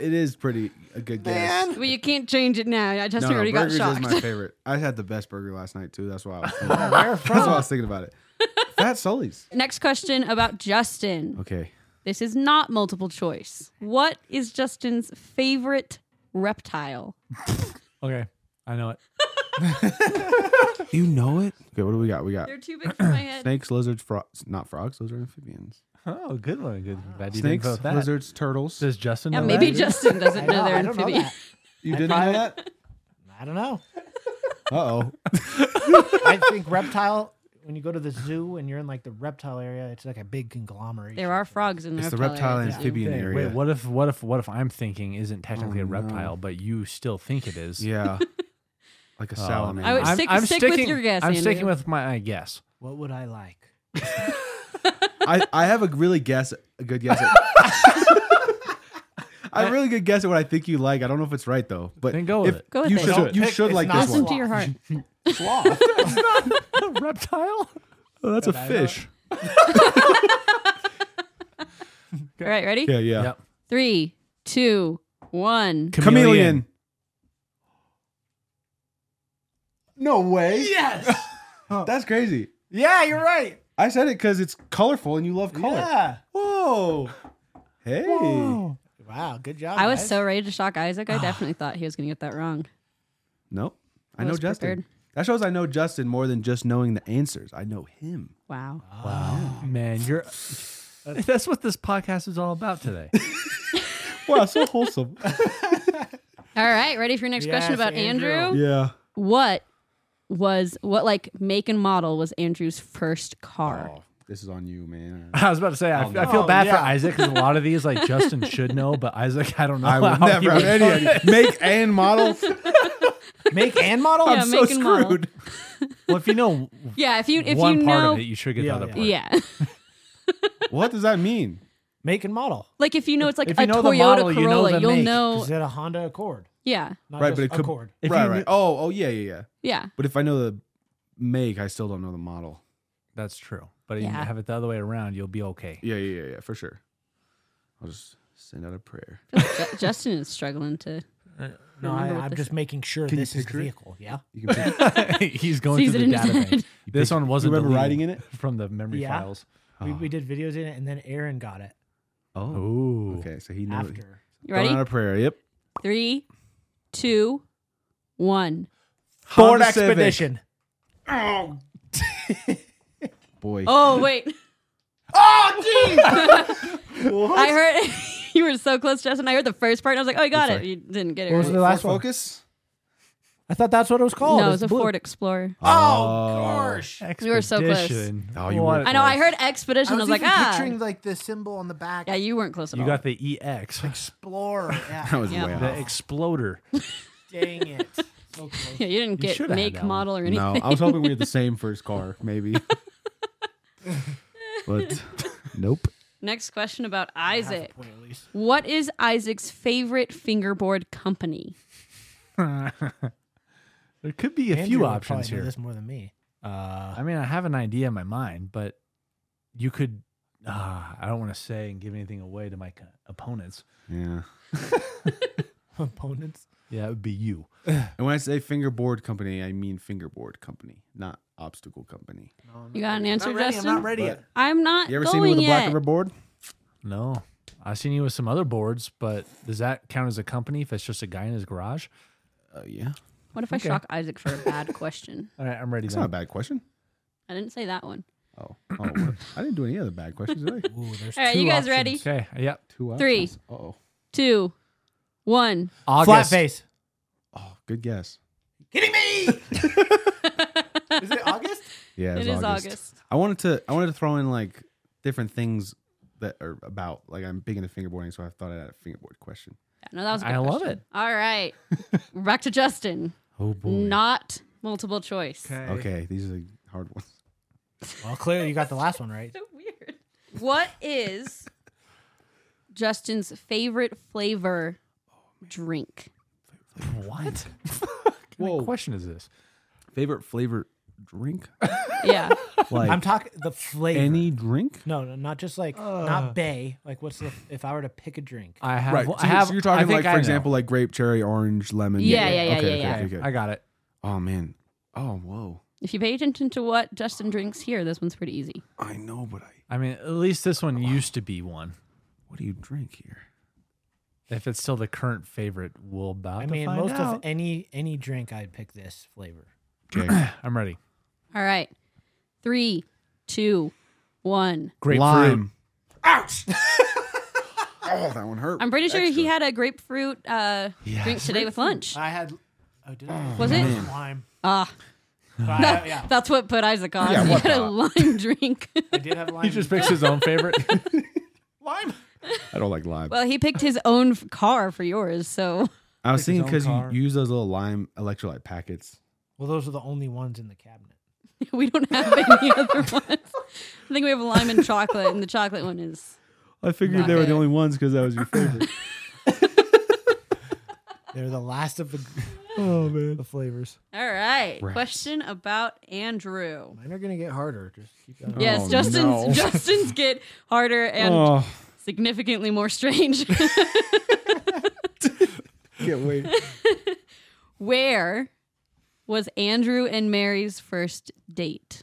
[SPEAKER 4] it is pretty a good guess.
[SPEAKER 3] Well, you can't change it now. I just
[SPEAKER 4] No, no,
[SPEAKER 3] already got
[SPEAKER 4] burgers is
[SPEAKER 3] shocked.
[SPEAKER 4] my favorite. I had the best burger last night too. That's why I was. Thinking.
[SPEAKER 1] Where
[SPEAKER 4] that's why I
[SPEAKER 1] from?
[SPEAKER 4] was thinking about it. Fat Sully's.
[SPEAKER 3] [laughs] Next question about Justin.
[SPEAKER 4] Okay.
[SPEAKER 3] This is not multiple choice. What is Justin's favorite reptile?
[SPEAKER 2] Okay, I know it.
[SPEAKER 4] You know it. Okay. What do we got? We got
[SPEAKER 3] They're too big for
[SPEAKER 4] [coughs]
[SPEAKER 3] my head.
[SPEAKER 4] snakes, lizards, frogs. Not frogs. Those are amphibians.
[SPEAKER 2] Oh, good one. Good. Glad you
[SPEAKER 4] Snakes,
[SPEAKER 2] didn't vote that.
[SPEAKER 4] lizards, turtles.
[SPEAKER 2] Does Justin?
[SPEAKER 3] Yeah,
[SPEAKER 2] know
[SPEAKER 3] maybe
[SPEAKER 2] that?
[SPEAKER 3] [laughs] Justin doesn't know
[SPEAKER 1] I
[SPEAKER 3] they're
[SPEAKER 1] don't know
[SPEAKER 3] amphibian.
[SPEAKER 1] that.
[SPEAKER 3] [laughs]
[SPEAKER 4] You didn't know that?
[SPEAKER 1] I don't
[SPEAKER 4] [laughs]
[SPEAKER 1] know.
[SPEAKER 4] Uh oh.
[SPEAKER 1] I think reptile. When you go to the zoo and you're in like the reptile area, it's like a big conglomeration.
[SPEAKER 3] There are frogs in the
[SPEAKER 4] It's the
[SPEAKER 3] reptile
[SPEAKER 4] reptile
[SPEAKER 3] area.
[SPEAKER 4] and amphibian
[SPEAKER 2] Hey,
[SPEAKER 4] area.
[SPEAKER 2] Wait, what if what if what if I'm thinking isn't technically
[SPEAKER 4] Oh,
[SPEAKER 2] a
[SPEAKER 4] no.
[SPEAKER 2] reptile, but you still think it is?
[SPEAKER 3] [laughs]
[SPEAKER 4] Yeah. like a
[SPEAKER 2] Um,
[SPEAKER 4] salamander.
[SPEAKER 3] I would- stick- stick with your guess,
[SPEAKER 2] I'm sticking
[SPEAKER 3] Andrew.
[SPEAKER 2] with my uh,
[SPEAKER 3] [laughs]
[SPEAKER 2] guess.
[SPEAKER 1] What would I like?
[SPEAKER 4] I, I have a really guess, a good guess. At, [laughs] I have a really good guess at what I think you like. I don't know if it's right though, but
[SPEAKER 2] Then go with
[SPEAKER 4] if
[SPEAKER 2] it.
[SPEAKER 3] Go with
[SPEAKER 4] you
[SPEAKER 3] it.
[SPEAKER 4] should,
[SPEAKER 1] Don't
[SPEAKER 4] you
[SPEAKER 1] pick-
[SPEAKER 4] should
[SPEAKER 1] it's
[SPEAKER 4] like
[SPEAKER 1] not
[SPEAKER 4] this
[SPEAKER 3] Listen
[SPEAKER 4] one.
[SPEAKER 3] to your
[SPEAKER 4] [laughs]
[SPEAKER 3] heart.
[SPEAKER 1] Sloth.
[SPEAKER 2] reptile?
[SPEAKER 4] Oh, that's a fish.
[SPEAKER 3] All right, ready?
[SPEAKER 4] Yeah, yeah.
[SPEAKER 2] Yep.
[SPEAKER 3] Three, two, one.
[SPEAKER 4] Chameleon. No way.
[SPEAKER 1] yes.
[SPEAKER 4] [laughs] That's crazy.
[SPEAKER 1] [laughs] Yeah, you're right.
[SPEAKER 4] I said it because it's colorful and you love color.
[SPEAKER 1] Yeah.
[SPEAKER 4] Whoa. Hey.
[SPEAKER 1] Wow. Good job.
[SPEAKER 3] I was
[SPEAKER 1] guys.
[SPEAKER 3] so [laughs] ready to shock Isaac.
[SPEAKER 4] Ah.
[SPEAKER 3] I definitely thought he was going to get that wrong.
[SPEAKER 4] Nope. I,
[SPEAKER 3] I
[SPEAKER 4] know
[SPEAKER 3] was
[SPEAKER 4] Justin.
[SPEAKER 3] prepared.
[SPEAKER 4] That shows I know Justin more than just knowing the answers. I know him.
[SPEAKER 3] Wow.
[SPEAKER 2] Wow. Man, you're that's what this podcast is all about today.
[SPEAKER 4] Wow, so wholesome.
[SPEAKER 3] All right, ready for your next question
[SPEAKER 1] Yes,
[SPEAKER 3] about Andrew?
[SPEAKER 1] Andrew.
[SPEAKER 4] [laughs] yeah.
[SPEAKER 3] What was what like make and model was Andrew's first car?
[SPEAKER 4] Oh, this is on
[SPEAKER 2] [laughs]
[SPEAKER 4] you, man.
[SPEAKER 2] I was about to say I, I feel
[SPEAKER 1] Oh,
[SPEAKER 2] bad for
[SPEAKER 1] yeah.
[SPEAKER 2] Isaac because a lot of these like Justin should know, but Isaac I don't know.
[SPEAKER 4] I would
[SPEAKER 2] how he
[SPEAKER 4] never have
[SPEAKER 2] would-
[SPEAKER 4] any idea. Make
[SPEAKER 3] [laughs]
[SPEAKER 4] and model.
[SPEAKER 1] make and model.
[SPEAKER 3] Yeah,
[SPEAKER 4] I'm so
[SPEAKER 3] make and model.
[SPEAKER 4] screwed.
[SPEAKER 2] [laughs] Well, if you know
[SPEAKER 3] Yeah, if you if
[SPEAKER 2] one
[SPEAKER 3] you
[SPEAKER 2] part
[SPEAKER 3] know
[SPEAKER 2] of it, you should get
[SPEAKER 1] Yeah,
[SPEAKER 2] the other
[SPEAKER 1] yeah.
[SPEAKER 2] part.
[SPEAKER 3] Yeah. [laughs]
[SPEAKER 4] What does that mean?
[SPEAKER 1] Make and model.
[SPEAKER 3] like if you know it's like
[SPEAKER 2] If
[SPEAKER 3] a
[SPEAKER 2] you know the
[SPEAKER 3] Toyota
[SPEAKER 2] model, you know
[SPEAKER 3] Corolla,
[SPEAKER 2] the
[SPEAKER 3] you will
[SPEAKER 2] make.
[SPEAKER 3] know
[SPEAKER 1] Is it a Honda Accord?
[SPEAKER 3] Yeah.
[SPEAKER 1] Not
[SPEAKER 4] Right,
[SPEAKER 1] just
[SPEAKER 4] but it could-
[SPEAKER 1] Accord.
[SPEAKER 2] If
[SPEAKER 4] right,
[SPEAKER 2] you
[SPEAKER 4] right.
[SPEAKER 2] knew-
[SPEAKER 4] Oh, oh yeah, yeah, yeah.
[SPEAKER 3] Yeah.
[SPEAKER 4] But if I know the make, I still don't know the model.
[SPEAKER 2] That's true. But if you
[SPEAKER 3] Yeah.
[SPEAKER 2] have it the other way around, you'll be okay.
[SPEAKER 4] Yeah, yeah, yeah, yeah, for sure. I'll just send out a prayer.
[SPEAKER 3] Ju- Justin is struggling to
[SPEAKER 1] No, I,
[SPEAKER 3] Remember what
[SPEAKER 1] I'm
[SPEAKER 3] this
[SPEAKER 1] just making sure
[SPEAKER 4] Can you
[SPEAKER 1] this is the
[SPEAKER 4] picture it?
[SPEAKER 1] vehicle. Yeah.
[SPEAKER 4] You can pick-
[SPEAKER 2] [laughs] He's going
[SPEAKER 3] Sees
[SPEAKER 2] through
[SPEAKER 3] it
[SPEAKER 2] the
[SPEAKER 3] in his
[SPEAKER 2] database.
[SPEAKER 3] head.
[SPEAKER 2] This one wasn't
[SPEAKER 4] remember
[SPEAKER 2] deleted
[SPEAKER 4] writing in it?
[SPEAKER 2] from the memory
[SPEAKER 1] Yeah.
[SPEAKER 2] files.
[SPEAKER 1] We, we did videos in it, and then Aaron got it
[SPEAKER 4] oh.
[SPEAKER 2] Ooh.
[SPEAKER 4] Okay, so he knows.
[SPEAKER 1] after.
[SPEAKER 3] You ready?
[SPEAKER 4] Throwing out a prayer. Yep.
[SPEAKER 3] Three, two, one.
[SPEAKER 1] Ford
[SPEAKER 4] Honda Civic.
[SPEAKER 1] Expedition.
[SPEAKER 4] Boy.
[SPEAKER 3] Oh
[SPEAKER 2] [laughs]
[SPEAKER 3] wait. oh jeez. [laughs] I heard [laughs] you were so close, Justin. I heard the first part and I was like, Oh you got
[SPEAKER 4] That's
[SPEAKER 3] it. You didn't get it.
[SPEAKER 1] What was
[SPEAKER 3] right.
[SPEAKER 1] the last
[SPEAKER 4] Ford
[SPEAKER 1] one?
[SPEAKER 4] Focus.
[SPEAKER 1] I thought that's what it was
[SPEAKER 2] Oh,
[SPEAKER 1] called.
[SPEAKER 3] no, it was a
[SPEAKER 1] blue.
[SPEAKER 3] Ford Explorer.
[SPEAKER 4] Oh,
[SPEAKER 1] gosh.
[SPEAKER 3] We were so close.
[SPEAKER 2] Expedition.
[SPEAKER 4] Oh, you
[SPEAKER 2] What
[SPEAKER 4] were
[SPEAKER 2] it
[SPEAKER 3] I know. I
[SPEAKER 2] was.
[SPEAKER 3] heard Expedition. I was, like,
[SPEAKER 1] even
[SPEAKER 3] ah.
[SPEAKER 1] like the symbol on the back.
[SPEAKER 3] yeah, you weren't close at
[SPEAKER 2] You
[SPEAKER 3] all.
[SPEAKER 2] got the EX,
[SPEAKER 3] [laughs]
[SPEAKER 1] Explorer. Yeah.
[SPEAKER 4] That was
[SPEAKER 3] Yeah.
[SPEAKER 4] way
[SPEAKER 2] the
[SPEAKER 4] off.
[SPEAKER 3] [laughs]
[SPEAKER 2] exploder. [laughs]
[SPEAKER 1] Dang [laughs] it. So close.
[SPEAKER 3] [laughs] yeah, you didn't
[SPEAKER 2] You
[SPEAKER 3] get
[SPEAKER 2] should have had
[SPEAKER 3] make,
[SPEAKER 2] that one.
[SPEAKER 3] model, or anything.
[SPEAKER 4] No, I was hoping we had the same first car, maybe. but nope.
[SPEAKER 3] [laughs] Next question about
[SPEAKER 1] Half a
[SPEAKER 3] Isaac.
[SPEAKER 1] point at least.
[SPEAKER 3] What is Isaac's favorite fingerboard company?
[SPEAKER 2] There could be a
[SPEAKER 1] Andrew
[SPEAKER 2] few
[SPEAKER 1] would
[SPEAKER 2] options
[SPEAKER 1] probably know
[SPEAKER 2] here.
[SPEAKER 1] This more than me. Uh,
[SPEAKER 2] I mean, I have an idea in my mind, but you could. ah, I don't want to say and give anything away to my co- opponents.
[SPEAKER 4] Yeah.
[SPEAKER 1] opponents.
[SPEAKER 2] Yeah, it would be you.
[SPEAKER 4] And when I say fingerboard company, I mean fingerboard company, not obstacle company.
[SPEAKER 3] You got an answer, Justin?
[SPEAKER 1] ready
[SPEAKER 4] yet.
[SPEAKER 3] I'm not
[SPEAKER 4] You ever seen me
[SPEAKER 3] going
[SPEAKER 4] with a black
[SPEAKER 3] yet.
[SPEAKER 4] rubber board?
[SPEAKER 2] No, I've seen you with some other boards, but does that count as a company if it's just a guy in his garage?
[SPEAKER 1] Uh,
[SPEAKER 4] Oh yeah.
[SPEAKER 3] What if I shock Isaac for a bad question?
[SPEAKER 2] All right, I'm ready.
[SPEAKER 4] It's
[SPEAKER 2] then.
[SPEAKER 4] not a bad
[SPEAKER 1] [laughs]
[SPEAKER 4] question.
[SPEAKER 3] I didn't say that one.
[SPEAKER 4] Oh, oh what? I didn't do any other bad
[SPEAKER 3] [laughs]
[SPEAKER 4] questions, did I?
[SPEAKER 1] Ooh, there's
[SPEAKER 3] All right,
[SPEAKER 1] two
[SPEAKER 3] you guys
[SPEAKER 1] options.
[SPEAKER 3] ready?
[SPEAKER 2] Okay. Yep.
[SPEAKER 4] Two
[SPEAKER 3] Three.
[SPEAKER 4] Oh,
[SPEAKER 3] Two, one.
[SPEAKER 1] Flat
[SPEAKER 2] August.
[SPEAKER 1] face.
[SPEAKER 4] oh, good guess.
[SPEAKER 1] Kidding
[SPEAKER 3] [laughs]
[SPEAKER 1] me? Is it August?
[SPEAKER 4] Yeah,
[SPEAKER 3] It
[SPEAKER 4] was
[SPEAKER 3] is
[SPEAKER 4] August.
[SPEAKER 3] August.
[SPEAKER 4] I wanted to, I wanted to throw in like different things that are about. Like I'm big into fingerboarding, so I thought I had a fingerboard question.
[SPEAKER 3] Yeah, No, that was. A good
[SPEAKER 2] I love
[SPEAKER 3] question.
[SPEAKER 2] it.
[SPEAKER 3] All right, We're back to Justin.
[SPEAKER 4] Oh boy.
[SPEAKER 3] Not multiple choice.
[SPEAKER 4] Okay, these are the hard
[SPEAKER 2] [laughs]
[SPEAKER 4] ones.
[SPEAKER 1] Well, clearly you got the last one right.
[SPEAKER 3] so weird. What is Justin's favorite flavor drink?
[SPEAKER 2] [laughs] [laughs] What? what
[SPEAKER 4] Whoa.
[SPEAKER 2] kind of question is this?
[SPEAKER 4] Favorite flavor [laughs] drink?
[SPEAKER 3] Yeah.
[SPEAKER 4] Like
[SPEAKER 1] I'm talking the flavor.
[SPEAKER 4] any drink?
[SPEAKER 1] No, no, not just like not bay. Like, what's the if I were to pick a drink?
[SPEAKER 2] I have. I
[SPEAKER 4] Right. so you're-
[SPEAKER 2] have.
[SPEAKER 4] so you're
[SPEAKER 2] I
[SPEAKER 4] talking
[SPEAKER 2] think
[SPEAKER 4] like,
[SPEAKER 2] I
[SPEAKER 4] for
[SPEAKER 2] know.
[SPEAKER 4] example, like grape, cherry, orange, lemon.
[SPEAKER 3] Yeah, yeah, yeah,
[SPEAKER 4] okay,
[SPEAKER 3] yeah,
[SPEAKER 4] okay,
[SPEAKER 3] yeah.
[SPEAKER 4] okay,
[SPEAKER 2] Okay,
[SPEAKER 4] good.
[SPEAKER 2] I got it.
[SPEAKER 4] Oh man. Oh whoa.
[SPEAKER 3] if you pay attention to what Justin drinks here, this one's pretty easy.
[SPEAKER 4] I know, but I.
[SPEAKER 2] I mean, at least this one used to be one.
[SPEAKER 4] What do you drink here?
[SPEAKER 2] If it's still the current favorite, we'll about
[SPEAKER 1] I
[SPEAKER 2] to
[SPEAKER 1] mean,
[SPEAKER 2] find
[SPEAKER 1] most
[SPEAKER 2] out.
[SPEAKER 1] of any any drink, I'd pick this flavor.
[SPEAKER 4] Okay.
[SPEAKER 2] I'm ready.
[SPEAKER 3] All right. Three, two, one.
[SPEAKER 2] Grapefruit.
[SPEAKER 4] Lime. Ouch. [laughs] oh, that one hurt.
[SPEAKER 3] I'm pretty sure he had a grapefruit uh, drink today with lunch.
[SPEAKER 1] I had Oh, did I?
[SPEAKER 3] Was it? [laughs]
[SPEAKER 1] Lime.
[SPEAKER 3] Ah,
[SPEAKER 1] But I, yeah,
[SPEAKER 3] [laughs] that's what put Isaac on.
[SPEAKER 4] Yeah,
[SPEAKER 3] he
[SPEAKER 4] what
[SPEAKER 3] had a
[SPEAKER 4] the-
[SPEAKER 3] lime [laughs] drink.
[SPEAKER 1] I did
[SPEAKER 2] [laughs]
[SPEAKER 1] have lime.
[SPEAKER 2] He just picks his own favorite.
[SPEAKER 1] lime.
[SPEAKER 4] I don't like lime.
[SPEAKER 3] well, he picked his own f- car for yours, so [laughs]
[SPEAKER 4] I
[SPEAKER 2] Like
[SPEAKER 4] was
[SPEAKER 2] his
[SPEAKER 4] thinking because
[SPEAKER 2] own
[SPEAKER 4] you
[SPEAKER 2] car.
[SPEAKER 4] use those little lime electrolyte packets.
[SPEAKER 1] Well, those are the only ones in the cabinet.
[SPEAKER 3] we don't have any [laughs] other ones. I think we have lime and chocolate, and the chocolate one is.
[SPEAKER 4] I figured
[SPEAKER 3] Not
[SPEAKER 4] they were
[SPEAKER 3] good.
[SPEAKER 4] the only ones because
[SPEAKER 3] [laughs]
[SPEAKER 4] that was your favorite.
[SPEAKER 1] They're the last
[SPEAKER 2] [laughs]
[SPEAKER 1] of the,
[SPEAKER 4] oh man.
[SPEAKER 1] the flavors.
[SPEAKER 3] All right.
[SPEAKER 4] Rats.
[SPEAKER 3] Question about Andrew.
[SPEAKER 1] Mine are gonna get harder. Just keep going.
[SPEAKER 3] Yes,
[SPEAKER 4] Oh,
[SPEAKER 3] Justin's
[SPEAKER 4] [laughs] no.
[SPEAKER 3] Justin's get harder and
[SPEAKER 4] Oh,
[SPEAKER 3] significantly more strange. [laughs]
[SPEAKER 4] can't wait.
[SPEAKER 3] Where was Andrew and Mary's first date?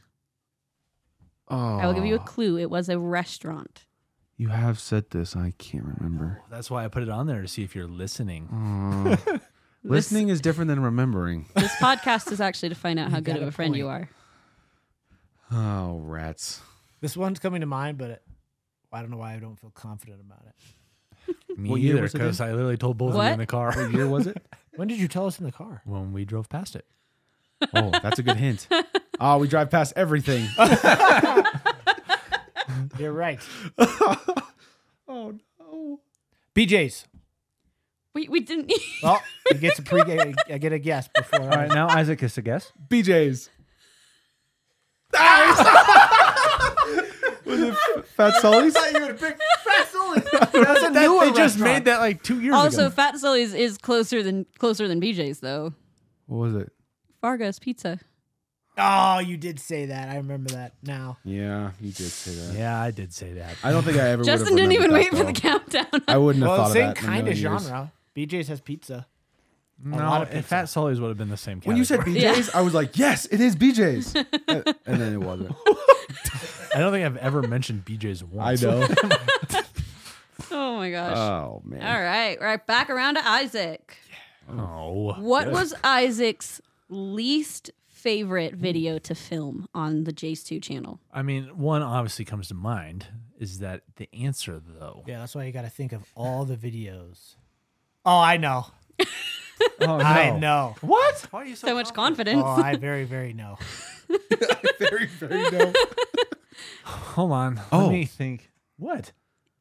[SPEAKER 4] Oh,
[SPEAKER 3] I will give you a clue. It was a restaurant.
[SPEAKER 4] You have said this. I can't remember.
[SPEAKER 2] [laughs] That's why I put it on there to see if you're listening.
[SPEAKER 4] [laughs] Listening is different than remembering.
[SPEAKER 3] This podcast is actually to find
[SPEAKER 4] [laughs]
[SPEAKER 3] out how good
[SPEAKER 1] got
[SPEAKER 3] of a
[SPEAKER 1] a
[SPEAKER 3] friend you
[SPEAKER 1] point.
[SPEAKER 3] are.
[SPEAKER 4] Oh rats.
[SPEAKER 1] This one's coming to mind, but it, I don't know why I don't feel confident about it.
[SPEAKER 2] Me
[SPEAKER 4] What year
[SPEAKER 2] either,
[SPEAKER 4] was it
[SPEAKER 2] because I literally told both of you
[SPEAKER 3] What?
[SPEAKER 2] in the car
[SPEAKER 4] What year was [laughs] it?
[SPEAKER 1] When did you tell us in the car?
[SPEAKER 2] [laughs] when we drove past it.
[SPEAKER 4] Oh, that's a good hint. Oh, we drive past [laughs] everything.
[SPEAKER 1] You're
[SPEAKER 2] [laughs]
[SPEAKER 1] right.
[SPEAKER 4] oh no.
[SPEAKER 1] BJ's.
[SPEAKER 3] We, we didn't. [laughs]
[SPEAKER 1] Well, it gets a pre. I get a guess before.
[SPEAKER 2] All right, now Isaac gets to guess.
[SPEAKER 4] BJ's. [laughs] Was it Fat Sully's?
[SPEAKER 1] [laughs] That's a newer
[SPEAKER 2] they just
[SPEAKER 1] restaurant.
[SPEAKER 2] made that like two years
[SPEAKER 3] also,
[SPEAKER 2] ago.
[SPEAKER 3] Fat Sully's is closer than closer than BJ's though.
[SPEAKER 4] What was it?
[SPEAKER 3] Fargo's Pizza.
[SPEAKER 1] Oh, you did say that. I remember that now.
[SPEAKER 4] Yeah, you did say that.
[SPEAKER 2] Yeah, I did say that.
[SPEAKER 4] I don't think I ever. would've
[SPEAKER 3] Justin didn't even
[SPEAKER 4] remembered
[SPEAKER 3] wait for
[SPEAKER 4] that,
[SPEAKER 3] the
[SPEAKER 4] though.
[SPEAKER 3] countdown. [laughs]
[SPEAKER 4] I wouldn't have
[SPEAKER 1] Well,
[SPEAKER 4] thought
[SPEAKER 1] same
[SPEAKER 4] of that. in a
[SPEAKER 1] kind of
[SPEAKER 4] million years.
[SPEAKER 1] genre. BJ's has pizza.
[SPEAKER 2] no,
[SPEAKER 1] lot of
[SPEAKER 2] and
[SPEAKER 1] pizza.
[SPEAKER 2] Fat Sully's would have been the same. Category.
[SPEAKER 4] When you said BJ's, I was like, yes, it is BJ's,
[SPEAKER 3] [laughs]
[SPEAKER 4] Uh, and then it wasn't.
[SPEAKER 2] I don't think I've ever mentioned BJ's
[SPEAKER 4] [laughs] I [laughs]
[SPEAKER 2] once. [laughs]
[SPEAKER 4] know.
[SPEAKER 3] oh my gosh.
[SPEAKER 4] Oh man.
[SPEAKER 3] All right, right back around to Isaac.
[SPEAKER 2] Oh,
[SPEAKER 3] What was Isaac's least favorite video to film on the Jace 2 channel?
[SPEAKER 2] I mean, one obviously comes to mind is that the answer though.
[SPEAKER 1] Yeah, that's why you got to think of all the videos. Oh, I know.
[SPEAKER 4] Oh,
[SPEAKER 1] I [laughs]
[SPEAKER 4] no.
[SPEAKER 1] know.
[SPEAKER 2] What? Why are you
[SPEAKER 3] So much confidence.
[SPEAKER 2] Uh,
[SPEAKER 1] Oh, I very, very [laughs] know.
[SPEAKER 4] Very, very no.
[SPEAKER 2] Hold on.
[SPEAKER 4] Oh.
[SPEAKER 2] Let me think. What?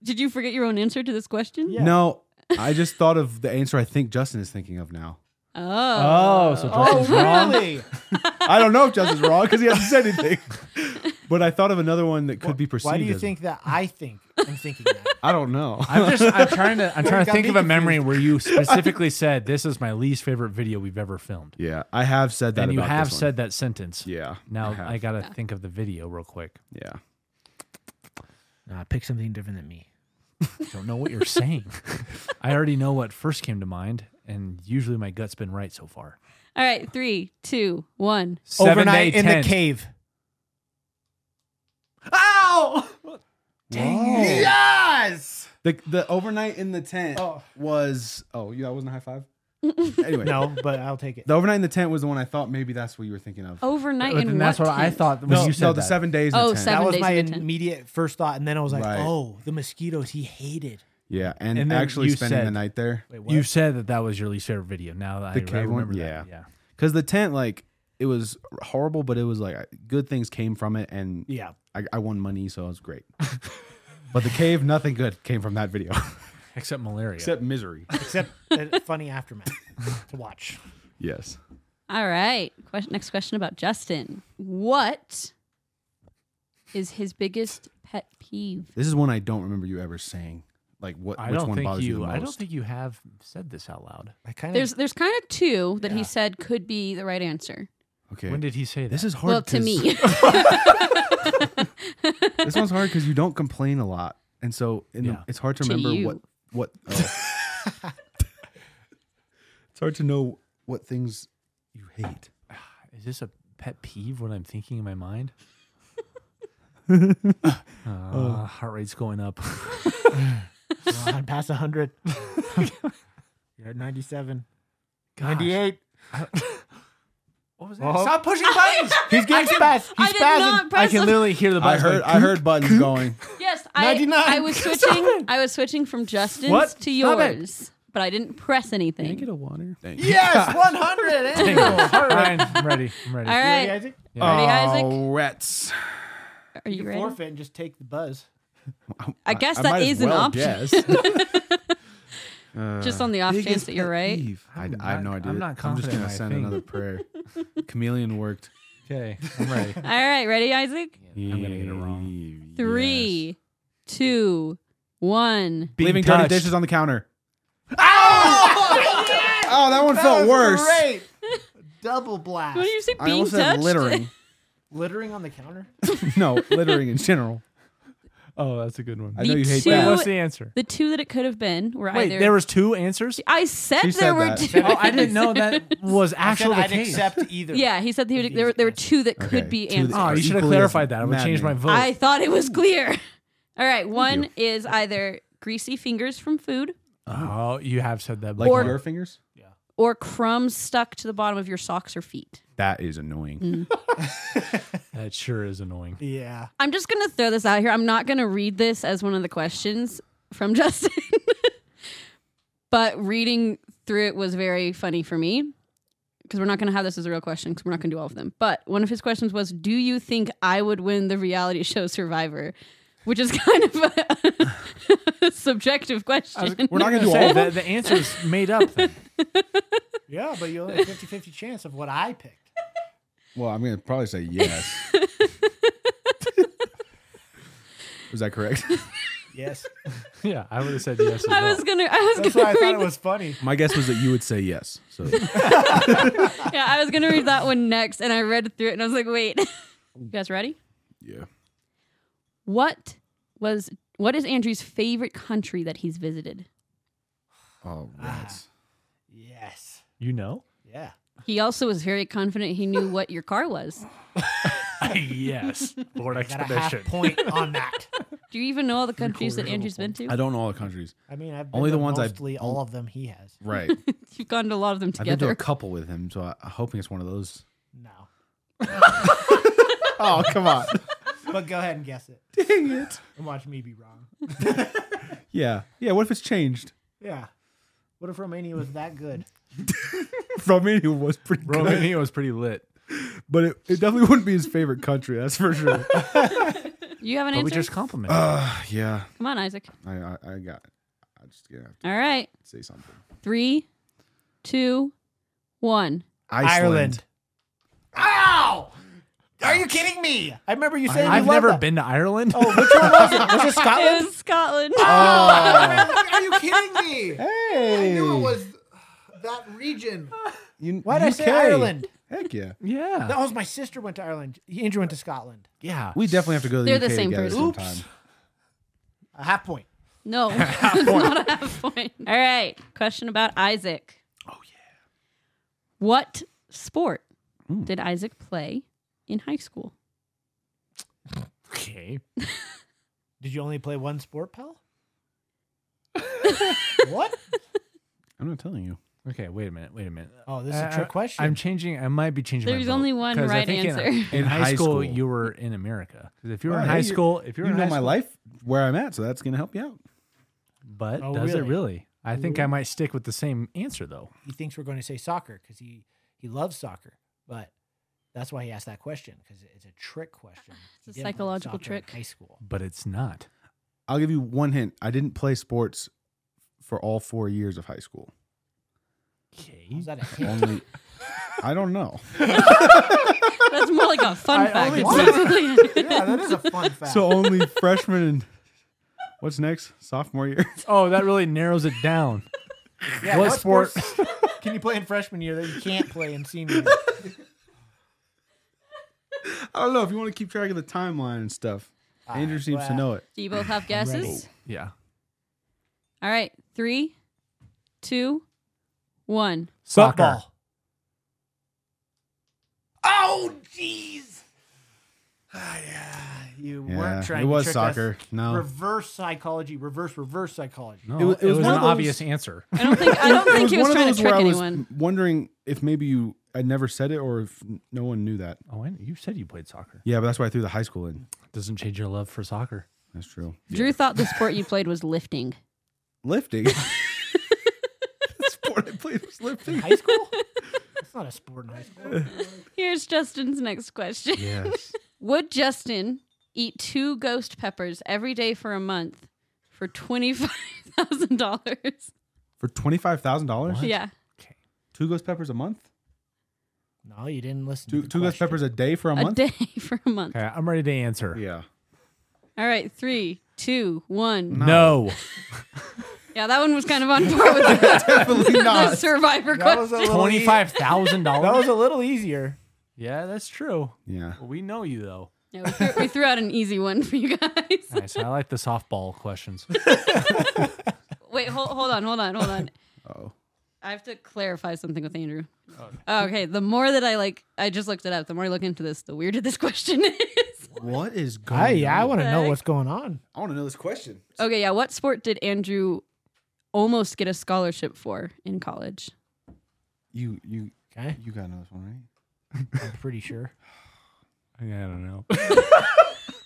[SPEAKER 3] Did you forget your own answer to this question?
[SPEAKER 1] Yeah.
[SPEAKER 4] No, I just thought of the answer. I think Justin is thinking of now.
[SPEAKER 2] Uh,
[SPEAKER 3] Oh.
[SPEAKER 2] so
[SPEAKER 1] really?
[SPEAKER 4] I don't know
[SPEAKER 3] [laughs]
[SPEAKER 4] if Justin's wrong because he hasn't said anything. But I thought of another one that could be perceived.
[SPEAKER 1] Why do you
[SPEAKER 4] as-
[SPEAKER 1] think that I think I'm thinking that?
[SPEAKER 4] I don't know.
[SPEAKER 2] I'm just I'm trying to I'm trying to
[SPEAKER 1] got
[SPEAKER 2] think
[SPEAKER 1] me
[SPEAKER 2] of a memory where you specifically said this is my least favorite video we've ever filmed.
[SPEAKER 4] [laughs] yeah, I have said that.
[SPEAKER 2] and you
[SPEAKER 4] about
[SPEAKER 2] have
[SPEAKER 4] this one.
[SPEAKER 2] said that sentence.
[SPEAKER 4] Yeah.
[SPEAKER 2] Now
[SPEAKER 4] have.
[SPEAKER 2] I, gotta think of the video real quick.
[SPEAKER 4] Yeah.
[SPEAKER 1] [laughs] Nah, pick something different than [laughs] me.
[SPEAKER 2] I don't know what you're saying. I already know what first came to mind, and usually my gut's been right so far.
[SPEAKER 3] All right, three, two, one.
[SPEAKER 2] Seven
[SPEAKER 1] Overnight
[SPEAKER 2] day
[SPEAKER 1] in
[SPEAKER 2] tent.
[SPEAKER 1] the cave.
[SPEAKER 2] Ow!
[SPEAKER 4] Yes. The the overnight in the tent was oh you that wasn't a high
[SPEAKER 3] [laughs]
[SPEAKER 4] five. anyway,
[SPEAKER 1] No, but I'll take it.
[SPEAKER 4] The overnight in the tent was the one I thought maybe that's what you were thinking of.
[SPEAKER 3] Overnight
[SPEAKER 2] But
[SPEAKER 3] in
[SPEAKER 2] then uh, that's
[SPEAKER 3] what
[SPEAKER 2] what I
[SPEAKER 3] tent?
[SPEAKER 2] thought when
[SPEAKER 4] no,
[SPEAKER 2] you said
[SPEAKER 4] no,
[SPEAKER 2] that.
[SPEAKER 4] the seven days. In
[SPEAKER 3] Oh,
[SPEAKER 4] the tent.
[SPEAKER 3] seven
[SPEAKER 1] That was
[SPEAKER 3] days
[SPEAKER 1] my
[SPEAKER 3] in the tent.
[SPEAKER 1] immediate first thought, and then I was like,
[SPEAKER 4] Right.
[SPEAKER 1] "Oh, the mosquitoes he hated."
[SPEAKER 4] Yeah, and,
[SPEAKER 2] And then
[SPEAKER 4] actually
[SPEAKER 2] you
[SPEAKER 4] spending the
[SPEAKER 2] said-
[SPEAKER 4] night there
[SPEAKER 1] Wait, what?
[SPEAKER 2] You said that that was your least favorite video. Now that
[SPEAKER 4] The
[SPEAKER 2] I, I
[SPEAKER 4] cave one?
[SPEAKER 2] remember that.
[SPEAKER 4] Yeah.
[SPEAKER 2] Yeah.
[SPEAKER 4] because the tent like it was horrible, but it was like good things came from it, and
[SPEAKER 1] yeah.
[SPEAKER 4] I, I won money, so it was great. [laughs] but the cave, nothing good came from that
[SPEAKER 2] [laughs]
[SPEAKER 4] video
[SPEAKER 2] Except malaria.
[SPEAKER 4] except misery.
[SPEAKER 1] Except a [laughs] funny aftermath to watch.
[SPEAKER 4] yes.
[SPEAKER 3] All right. Question, next question about Justin. What is his biggest pet peeve?
[SPEAKER 4] This is one I don't remember you ever saying. Like what?
[SPEAKER 2] I
[SPEAKER 4] which
[SPEAKER 2] don't
[SPEAKER 4] one
[SPEAKER 2] think
[SPEAKER 4] bothers you,
[SPEAKER 2] you.
[SPEAKER 4] the most?
[SPEAKER 2] I don't think you have said this out loud.
[SPEAKER 1] I kind
[SPEAKER 3] There's there's kind of two that
[SPEAKER 2] Yeah.
[SPEAKER 3] he said could be the right answer.
[SPEAKER 4] Okay.
[SPEAKER 2] When did he say that?
[SPEAKER 4] this is hard.
[SPEAKER 3] Well, to
[SPEAKER 4] 'cause- [laughs]
[SPEAKER 2] [laughs]
[SPEAKER 3] me.
[SPEAKER 4] this one's hard because you don't complain a lot, and so in
[SPEAKER 2] Yeah.
[SPEAKER 4] the, it's hard to
[SPEAKER 3] To
[SPEAKER 4] remember
[SPEAKER 3] you.
[SPEAKER 4] what what. Oh. it's hard to know what things you hate.
[SPEAKER 2] is this a pet peeve? What I'm thinking in my mind. uh, Heart rate's going
[SPEAKER 1] [laughs]
[SPEAKER 2] up. [laughs]
[SPEAKER 1] of I'm past 100. You're at 97.
[SPEAKER 2] Gosh.
[SPEAKER 1] 98.
[SPEAKER 2] What was that?
[SPEAKER 1] Oh.
[SPEAKER 2] Stop pushing buttons.
[SPEAKER 1] [laughs] He's getting spaz.
[SPEAKER 3] I
[SPEAKER 1] He's
[SPEAKER 3] did not
[SPEAKER 1] spazzing.
[SPEAKER 2] I
[SPEAKER 3] press
[SPEAKER 2] can literally hear the
[SPEAKER 4] I
[SPEAKER 2] buttons.
[SPEAKER 4] heard
[SPEAKER 2] going,
[SPEAKER 4] I heard buttons [laughs] going.
[SPEAKER 3] Yes, I
[SPEAKER 1] 99.
[SPEAKER 3] I was switching I was switching from Justin's
[SPEAKER 2] What?
[SPEAKER 3] to
[SPEAKER 2] Stop it.
[SPEAKER 3] yours. but I didn't press anything.
[SPEAKER 4] a
[SPEAKER 2] [laughs]
[SPEAKER 4] water? Thank
[SPEAKER 1] Yes, [laughs] 100.
[SPEAKER 2] Dang.
[SPEAKER 1] Angel.
[SPEAKER 2] All right, I'm ready. I'm ready.
[SPEAKER 3] All
[SPEAKER 1] Ready,
[SPEAKER 3] right.
[SPEAKER 1] Isaac?
[SPEAKER 3] Ready, Isaac?
[SPEAKER 4] Oh, rats.
[SPEAKER 3] Are
[SPEAKER 1] You
[SPEAKER 3] you
[SPEAKER 1] can
[SPEAKER 3] ready?
[SPEAKER 1] forfeit and just take the buzz.
[SPEAKER 3] I guess
[SPEAKER 4] might
[SPEAKER 3] that
[SPEAKER 4] as
[SPEAKER 3] is an
[SPEAKER 4] well
[SPEAKER 3] option.
[SPEAKER 4] guess.
[SPEAKER 3] [laughs] Just on the off
[SPEAKER 4] Biggest
[SPEAKER 3] chance that you're
[SPEAKER 4] pet
[SPEAKER 3] right.
[SPEAKER 4] peeve. I,
[SPEAKER 2] I'm
[SPEAKER 4] I have
[SPEAKER 2] not-
[SPEAKER 4] no idea.
[SPEAKER 2] I'm not
[SPEAKER 4] just
[SPEAKER 2] confident in
[SPEAKER 4] gonna
[SPEAKER 2] my
[SPEAKER 4] send
[SPEAKER 2] thing.
[SPEAKER 4] another prayer. Chameleon worked.
[SPEAKER 2] Okay, I'm ready.
[SPEAKER 4] [laughs]
[SPEAKER 3] All right. Ready, Isaac?
[SPEAKER 4] I'm
[SPEAKER 2] gonna get it wrong.
[SPEAKER 3] Three, two, one.
[SPEAKER 2] Being
[SPEAKER 4] Leaving dirty
[SPEAKER 2] touched.
[SPEAKER 4] dishes on the counter. Oh, that one felt worse.
[SPEAKER 1] Great. [laughs] Double blast.
[SPEAKER 3] What did you say?
[SPEAKER 4] I
[SPEAKER 3] Being
[SPEAKER 4] almost
[SPEAKER 3] touched?
[SPEAKER 4] said littering.
[SPEAKER 1] Littering on the counter?
[SPEAKER 4] [laughs] no, littering in general.
[SPEAKER 2] Oh, that's a good one.
[SPEAKER 4] I
[SPEAKER 3] The
[SPEAKER 4] know you hate
[SPEAKER 3] two-
[SPEAKER 4] that.
[SPEAKER 2] What's the answer?
[SPEAKER 3] The two that it could have been were
[SPEAKER 2] Wait,
[SPEAKER 3] either.
[SPEAKER 2] there was two answers.
[SPEAKER 3] I said
[SPEAKER 4] She
[SPEAKER 3] there
[SPEAKER 4] said
[SPEAKER 3] were
[SPEAKER 4] that.
[SPEAKER 3] two.
[SPEAKER 2] Oh, I didn't know that was
[SPEAKER 1] I said
[SPEAKER 2] actually
[SPEAKER 1] I'd
[SPEAKER 2] the case.
[SPEAKER 1] accept either.
[SPEAKER 3] Yeah, he said he would, there, were, there were two that could
[SPEAKER 4] Okay,
[SPEAKER 3] be
[SPEAKER 4] two
[SPEAKER 3] answered.
[SPEAKER 4] that-
[SPEAKER 2] oh, you should have
[SPEAKER 4] Equally as
[SPEAKER 2] clarified that. I would change my
[SPEAKER 4] maddening.
[SPEAKER 2] vote.
[SPEAKER 3] I thought it was clear. [laughs] All right, one is either greasy fingers from food
[SPEAKER 2] oh, you have said that.
[SPEAKER 4] Like
[SPEAKER 2] before.
[SPEAKER 4] your fingers?
[SPEAKER 3] or crumbs stuck to the bottom of your socks or feet.
[SPEAKER 4] That is annoying.
[SPEAKER 2] that sure is annoying.
[SPEAKER 1] Yeah.
[SPEAKER 3] I'm just going to throw this out here. I'm not going to read this as one of the questions from [laughs] Justin, but reading through it was very funny for me because we're not going to have this as a real question because we're not going to do all of them. But one of his questions was Do you think I would win the reality show Survivor? Which is [laughs] kind of a [laughs] subjective question.
[SPEAKER 4] We're not gonna do all
[SPEAKER 2] Say,
[SPEAKER 4] of
[SPEAKER 2] the,
[SPEAKER 4] them.
[SPEAKER 2] the answer is made up. Then.
[SPEAKER 4] [laughs]
[SPEAKER 1] Yeah, but you only have a 50 50 chance of what I picked.
[SPEAKER 4] Well, I'm gonna probably say yes. Was that correct? [laughs]
[SPEAKER 1] [laughs] Yes.
[SPEAKER 2] yeah, I would have said yes. As
[SPEAKER 3] I
[SPEAKER 2] well.
[SPEAKER 3] was gonna. I was
[SPEAKER 1] That's
[SPEAKER 3] gonna
[SPEAKER 1] why I thought
[SPEAKER 3] read.
[SPEAKER 1] it was funny.
[SPEAKER 4] My guess was that you would say yes. So
[SPEAKER 3] yeah, I was gonna read that one next, and I read through it, and I was like, "Wait, [laughs] you guys ready?
[SPEAKER 4] yeah.
[SPEAKER 3] What was what is Andrew's favorite country that he's visited?
[SPEAKER 4] Oh rats.
[SPEAKER 1] Yes.
[SPEAKER 2] You know?
[SPEAKER 1] Yeah.
[SPEAKER 3] He also was very confident he knew what your car was.
[SPEAKER 2] yes. [laughs] Lord
[SPEAKER 1] Got a half
[SPEAKER 2] expedition.
[SPEAKER 1] point on that.
[SPEAKER 3] Do you even know all the countries that Andrew's been to?
[SPEAKER 4] I don't know all the countries.
[SPEAKER 1] I mean, I've been
[SPEAKER 4] Only
[SPEAKER 1] to
[SPEAKER 4] the ones I-
[SPEAKER 1] mostly all of them he has.
[SPEAKER 4] Right.
[SPEAKER 3] You've gone to a lot of them
[SPEAKER 4] I've been to a
[SPEAKER 3] together.
[SPEAKER 4] couple with him, so I- I'm hoping it's one of those.
[SPEAKER 1] No.
[SPEAKER 4] Oh come on.
[SPEAKER 1] But go ahead and guess it
[SPEAKER 4] [laughs] Dang it.
[SPEAKER 1] and watch me be wrong.
[SPEAKER 4] Yeah. Yeah. What if it's changed? [laughs]
[SPEAKER 1] Yeah. What if Romania was that good?
[SPEAKER 4] Romania was pretty good,
[SPEAKER 2] Romania was pretty lit.
[SPEAKER 4] but it, it definitely wouldn't be his favorite country. That's for [laughs] sure.
[SPEAKER 3] [laughs] You have an
[SPEAKER 2] But we
[SPEAKER 3] answer?
[SPEAKER 2] just complimented.
[SPEAKER 4] uh, yeah.
[SPEAKER 3] Come on, Isaac.
[SPEAKER 4] I I, I got. It. I'm just gonna have to
[SPEAKER 3] All right,
[SPEAKER 4] say something.
[SPEAKER 3] three, two, one.
[SPEAKER 1] Ireland. Ow! Are you kidding me? I remember you saying you
[SPEAKER 2] I've
[SPEAKER 1] loved
[SPEAKER 2] never
[SPEAKER 1] that.
[SPEAKER 2] been to Ireland. [laughs]
[SPEAKER 1] Was it Scotland?
[SPEAKER 3] It was Scotland.
[SPEAKER 1] [laughs] Are you kidding me?
[SPEAKER 4] Hey.
[SPEAKER 1] that region.
[SPEAKER 4] You-
[SPEAKER 1] Why did I say
[SPEAKER 4] UK.
[SPEAKER 1] Ireland?
[SPEAKER 4] Heck yeah.
[SPEAKER 2] yeah.
[SPEAKER 1] That was my sister went to Ireland. Andrew went to Scotland.
[SPEAKER 2] Yeah.
[SPEAKER 4] We definitely have to go to the
[SPEAKER 3] They're
[SPEAKER 4] UK
[SPEAKER 3] the same
[SPEAKER 4] together
[SPEAKER 3] person.
[SPEAKER 4] sometime.
[SPEAKER 1] A half point.
[SPEAKER 3] [laughs] No, it's [laughs] not a half point. All right, question about Isaac. Oh yeah. What sport did Isaac play in high school?
[SPEAKER 2] okay.
[SPEAKER 1] Did you only play one sport,
[SPEAKER 3] [laughs]
[SPEAKER 1] pal? what?
[SPEAKER 4] I'm not telling you.
[SPEAKER 2] Okay, wait a minute. Wait a minute.
[SPEAKER 1] Oh, this is a
[SPEAKER 2] I-
[SPEAKER 1] trick
[SPEAKER 2] I-
[SPEAKER 1] question.
[SPEAKER 2] Uh, I'm changing. I might be changing. my
[SPEAKER 3] There's
[SPEAKER 2] vote,
[SPEAKER 3] only one
[SPEAKER 2] 'cause I
[SPEAKER 3] right
[SPEAKER 2] think in-
[SPEAKER 3] answer.
[SPEAKER 2] In,
[SPEAKER 4] In
[SPEAKER 2] high
[SPEAKER 4] high
[SPEAKER 2] school,
[SPEAKER 4] school.
[SPEAKER 2] you were in America. 'Cause if you were in
[SPEAKER 4] Wow,
[SPEAKER 2] high
[SPEAKER 4] you-
[SPEAKER 2] school, if you were
[SPEAKER 4] you
[SPEAKER 2] in
[SPEAKER 4] know
[SPEAKER 2] high
[SPEAKER 4] my
[SPEAKER 2] school-
[SPEAKER 4] life where I'm at, so that's gonna help you out.
[SPEAKER 2] but
[SPEAKER 1] Oh,
[SPEAKER 2] does it
[SPEAKER 1] really?
[SPEAKER 2] really? I think I might stick with the same answer though.
[SPEAKER 1] he thinks we're going to say soccer because he he loves soccer, but that's why he asked that question because it's a trick question. He
[SPEAKER 3] It's a
[SPEAKER 1] didn't play
[SPEAKER 3] psychological
[SPEAKER 1] soccer in
[SPEAKER 3] trick.
[SPEAKER 1] High school.
[SPEAKER 2] But it's not.
[SPEAKER 4] I'll give you one hint. I didn't play sports for all four years of high school.
[SPEAKER 2] Okay.
[SPEAKER 1] Is that a hint? [laughs]
[SPEAKER 4] Only I don't know.
[SPEAKER 3] That's more like a fun
[SPEAKER 1] I
[SPEAKER 3] fact.
[SPEAKER 1] only
[SPEAKER 3] It's
[SPEAKER 1] won.
[SPEAKER 3] not really an
[SPEAKER 1] yeah, that is a fun fact.
[SPEAKER 4] So [laughs] only freshman and what's next? Sophomore year.
[SPEAKER 2] Oh, that really narrows it down.
[SPEAKER 1] Yeah,
[SPEAKER 2] What sport-
[SPEAKER 1] sports [laughs] can you play in freshman year that you can't play in senior? year?
[SPEAKER 4] [laughs] I don't know if you want to keep track of the timeline and stuff. Andrew seems to
[SPEAKER 1] wow.
[SPEAKER 4] know it.
[SPEAKER 3] Do you both have [laughs] guesses?
[SPEAKER 2] Yeah.
[SPEAKER 3] All right, three, two, [laughs] one.
[SPEAKER 2] Soccer.
[SPEAKER 1] Football. Oh, jeez. Ah, yeah, you
[SPEAKER 4] Yeah,
[SPEAKER 1] weren't trying.
[SPEAKER 4] it
[SPEAKER 1] to
[SPEAKER 4] was
[SPEAKER 1] trick
[SPEAKER 4] soccer.
[SPEAKER 1] Us.
[SPEAKER 3] Oh.
[SPEAKER 4] No.
[SPEAKER 1] Reverse psychology. Reverse reverse psychology.
[SPEAKER 2] No,
[SPEAKER 4] It was- it was
[SPEAKER 2] an
[SPEAKER 4] one of those-
[SPEAKER 2] obvious answer.
[SPEAKER 3] I don't think I don't think he was trying to trick
[SPEAKER 4] I was
[SPEAKER 3] anyone.
[SPEAKER 4] wondering if maybe you I never said it or if no one knew that.
[SPEAKER 2] Oh, and you said you played soccer.
[SPEAKER 4] Yeah, but that's why I threw the high school in.
[SPEAKER 2] Doesn't change your love for soccer.
[SPEAKER 4] That's true.
[SPEAKER 3] [laughs]
[SPEAKER 4] [laughs]
[SPEAKER 3] Drew thought the sport you played was lifting.
[SPEAKER 4] Lifting. lifting.
[SPEAKER 1] High
[SPEAKER 3] [laughs]
[SPEAKER 1] school? That's not a sport in high school.
[SPEAKER 3] [laughs] Here's Justin's next question.
[SPEAKER 4] Yes.
[SPEAKER 3] [laughs] Would Justin eat two ghost peppers every day for a month for $25,000?
[SPEAKER 4] For twenty five thousand dollars,
[SPEAKER 3] Yeah.
[SPEAKER 4] two ghost peppers a month,
[SPEAKER 1] No, you didn't listen.
[SPEAKER 4] two
[SPEAKER 1] to the
[SPEAKER 4] two ghost
[SPEAKER 1] question.
[SPEAKER 4] peppers a day for a,
[SPEAKER 3] A,
[SPEAKER 4] month.
[SPEAKER 3] day [laughs] for a month.
[SPEAKER 2] Okay, I'm ready to answer.
[SPEAKER 4] Yeah.
[SPEAKER 3] All right. Three, two,
[SPEAKER 2] Mm.
[SPEAKER 3] one.
[SPEAKER 2] No.
[SPEAKER 3] Yeah, that one was kind of on par with [laughs] the,
[SPEAKER 4] Definitely
[SPEAKER 3] the
[SPEAKER 4] not.
[SPEAKER 3] survivor
[SPEAKER 1] That was
[SPEAKER 3] question.
[SPEAKER 1] a
[SPEAKER 2] [laughs]
[SPEAKER 1] little
[SPEAKER 2] Twenty
[SPEAKER 1] e-
[SPEAKER 2] five thousand
[SPEAKER 1] That
[SPEAKER 2] dollars.
[SPEAKER 1] was a little easier.
[SPEAKER 2] Yeah, that's true.
[SPEAKER 4] Yeah.
[SPEAKER 2] Well, we know you though.
[SPEAKER 3] No, we, threw, we threw out an easy one for you guys.
[SPEAKER 2] [laughs] Nice. I like the softball [laughs] questions.
[SPEAKER 3] Wait, hold, hold on, hold on, hold
[SPEAKER 4] [laughs]
[SPEAKER 3] on.
[SPEAKER 4] Oh.
[SPEAKER 3] I have to clarify something with Andrew.
[SPEAKER 2] Oh,
[SPEAKER 3] Uh, Okay, the more that I like, I just looked it up. The more I look into this, the weirder this [laughs] question is.
[SPEAKER 4] What is going?
[SPEAKER 1] I, yeah, I want to know
[SPEAKER 3] Heck.
[SPEAKER 1] what's going on.
[SPEAKER 4] I want to know this question.
[SPEAKER 3] Okay, yeah. What sport did Andrew almost get a scholarship for in college?
[SPEAKER 4] You you
[SPEAKER 1] Okay,
[SPEAKER 4] you gotta know this one, right?
[SPEAKER 1] I'm pretty sure.
[SPEAKER 2] I don't know.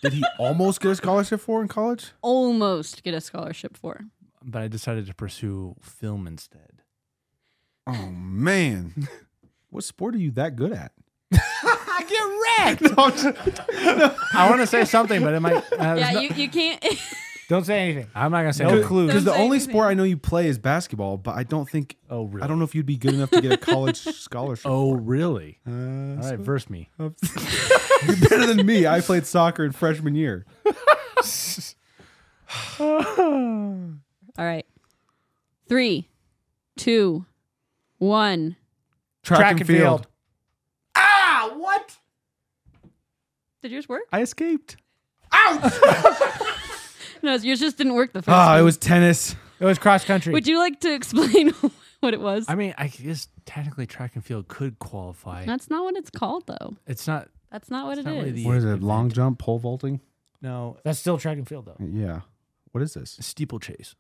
[SPEAKER 4] Did he almost get a scholarship for in college?
[SPEAKER 3] Almost get a scholarship for.
[SPEAKER 2] But I decided to pursue film instead.
[SPEAKER 4] Oh man. [laughs] What sport are you that good at?
[SPEAKER 1] I
[SPEAKER 4] [laughs]
[SPEAKER 1] get wrecked.
[SPEAKER 2] I want to say something, but it might. Uh,
[SPEAKER 3] Yeah,
[SPEAKER 2] no-
[SPEAKER 3] you, you can't. [laughs]
[SPEAKER 1] Don't say anything.
[SPEAKER 2] I'm not gonna say.
[SPEAKER 1] No
[SPEAKER 2] anything.
[SPEAKER 1] clue.
[SPEAKER 4] Because the
[SPEAKER 3] Don't say
[SPEAKER 4] only
[SPEAKER 3] anything.
[SPEAKER 4] sport I know you play is basketball, but I don't think
[SPEAKER 2] Oh really?
[SPEAKER 4] I don't know if you'd be good enough to get a college scholarship.
[SPEAKER 2] Oh really?
[SPEAKER 4] Uh,
[SPEAKER 2] All right, verse me.
[SPEAKER 4] so- you're better than me. I played soccer in freshman year.
[SPEAKER 3] All right. Three, two, one.
[SPEAKER 4] Track, and, field.
[SPEAKER 1] Ah, what?
[SPEAKER 3] Did yours work?
[SPEAKER 4] I escaped.
[SPEAKER 3] No, yours just didn't work the first
[SPEAKER 4] Ah,
[SPEAKER 3] time.
[SPEAKER 4] it was tennis.
[SPEAKER 1] It was cross country.
[SPEAKER 3] Would you like to [laughs] explain what it was?
[SPEAKER 2] I mean, I guess technically track and field could qualify.
[SPEAKER 3] That's not what it's called, though.
[SPEAKER 2] it's not.
[SPEAKER 3] That's not what
[SPEAKER 2] It's
[SPEAKER 3] it
[SPEAKER 2] not really
[SPEAKER 3] is.
[SPEAKER 2] the-
[SPEAKER 4] What is it?
[SPEAKER 2] event.
[SPEAKER 4] Long jump, pole vaulting?
[SPEAKER 2] No,
[SPEAKER 1] That's still track and field though.
[SPEAKER 4] Yeah. What is this?
[SPEAKER 2] steeplechase.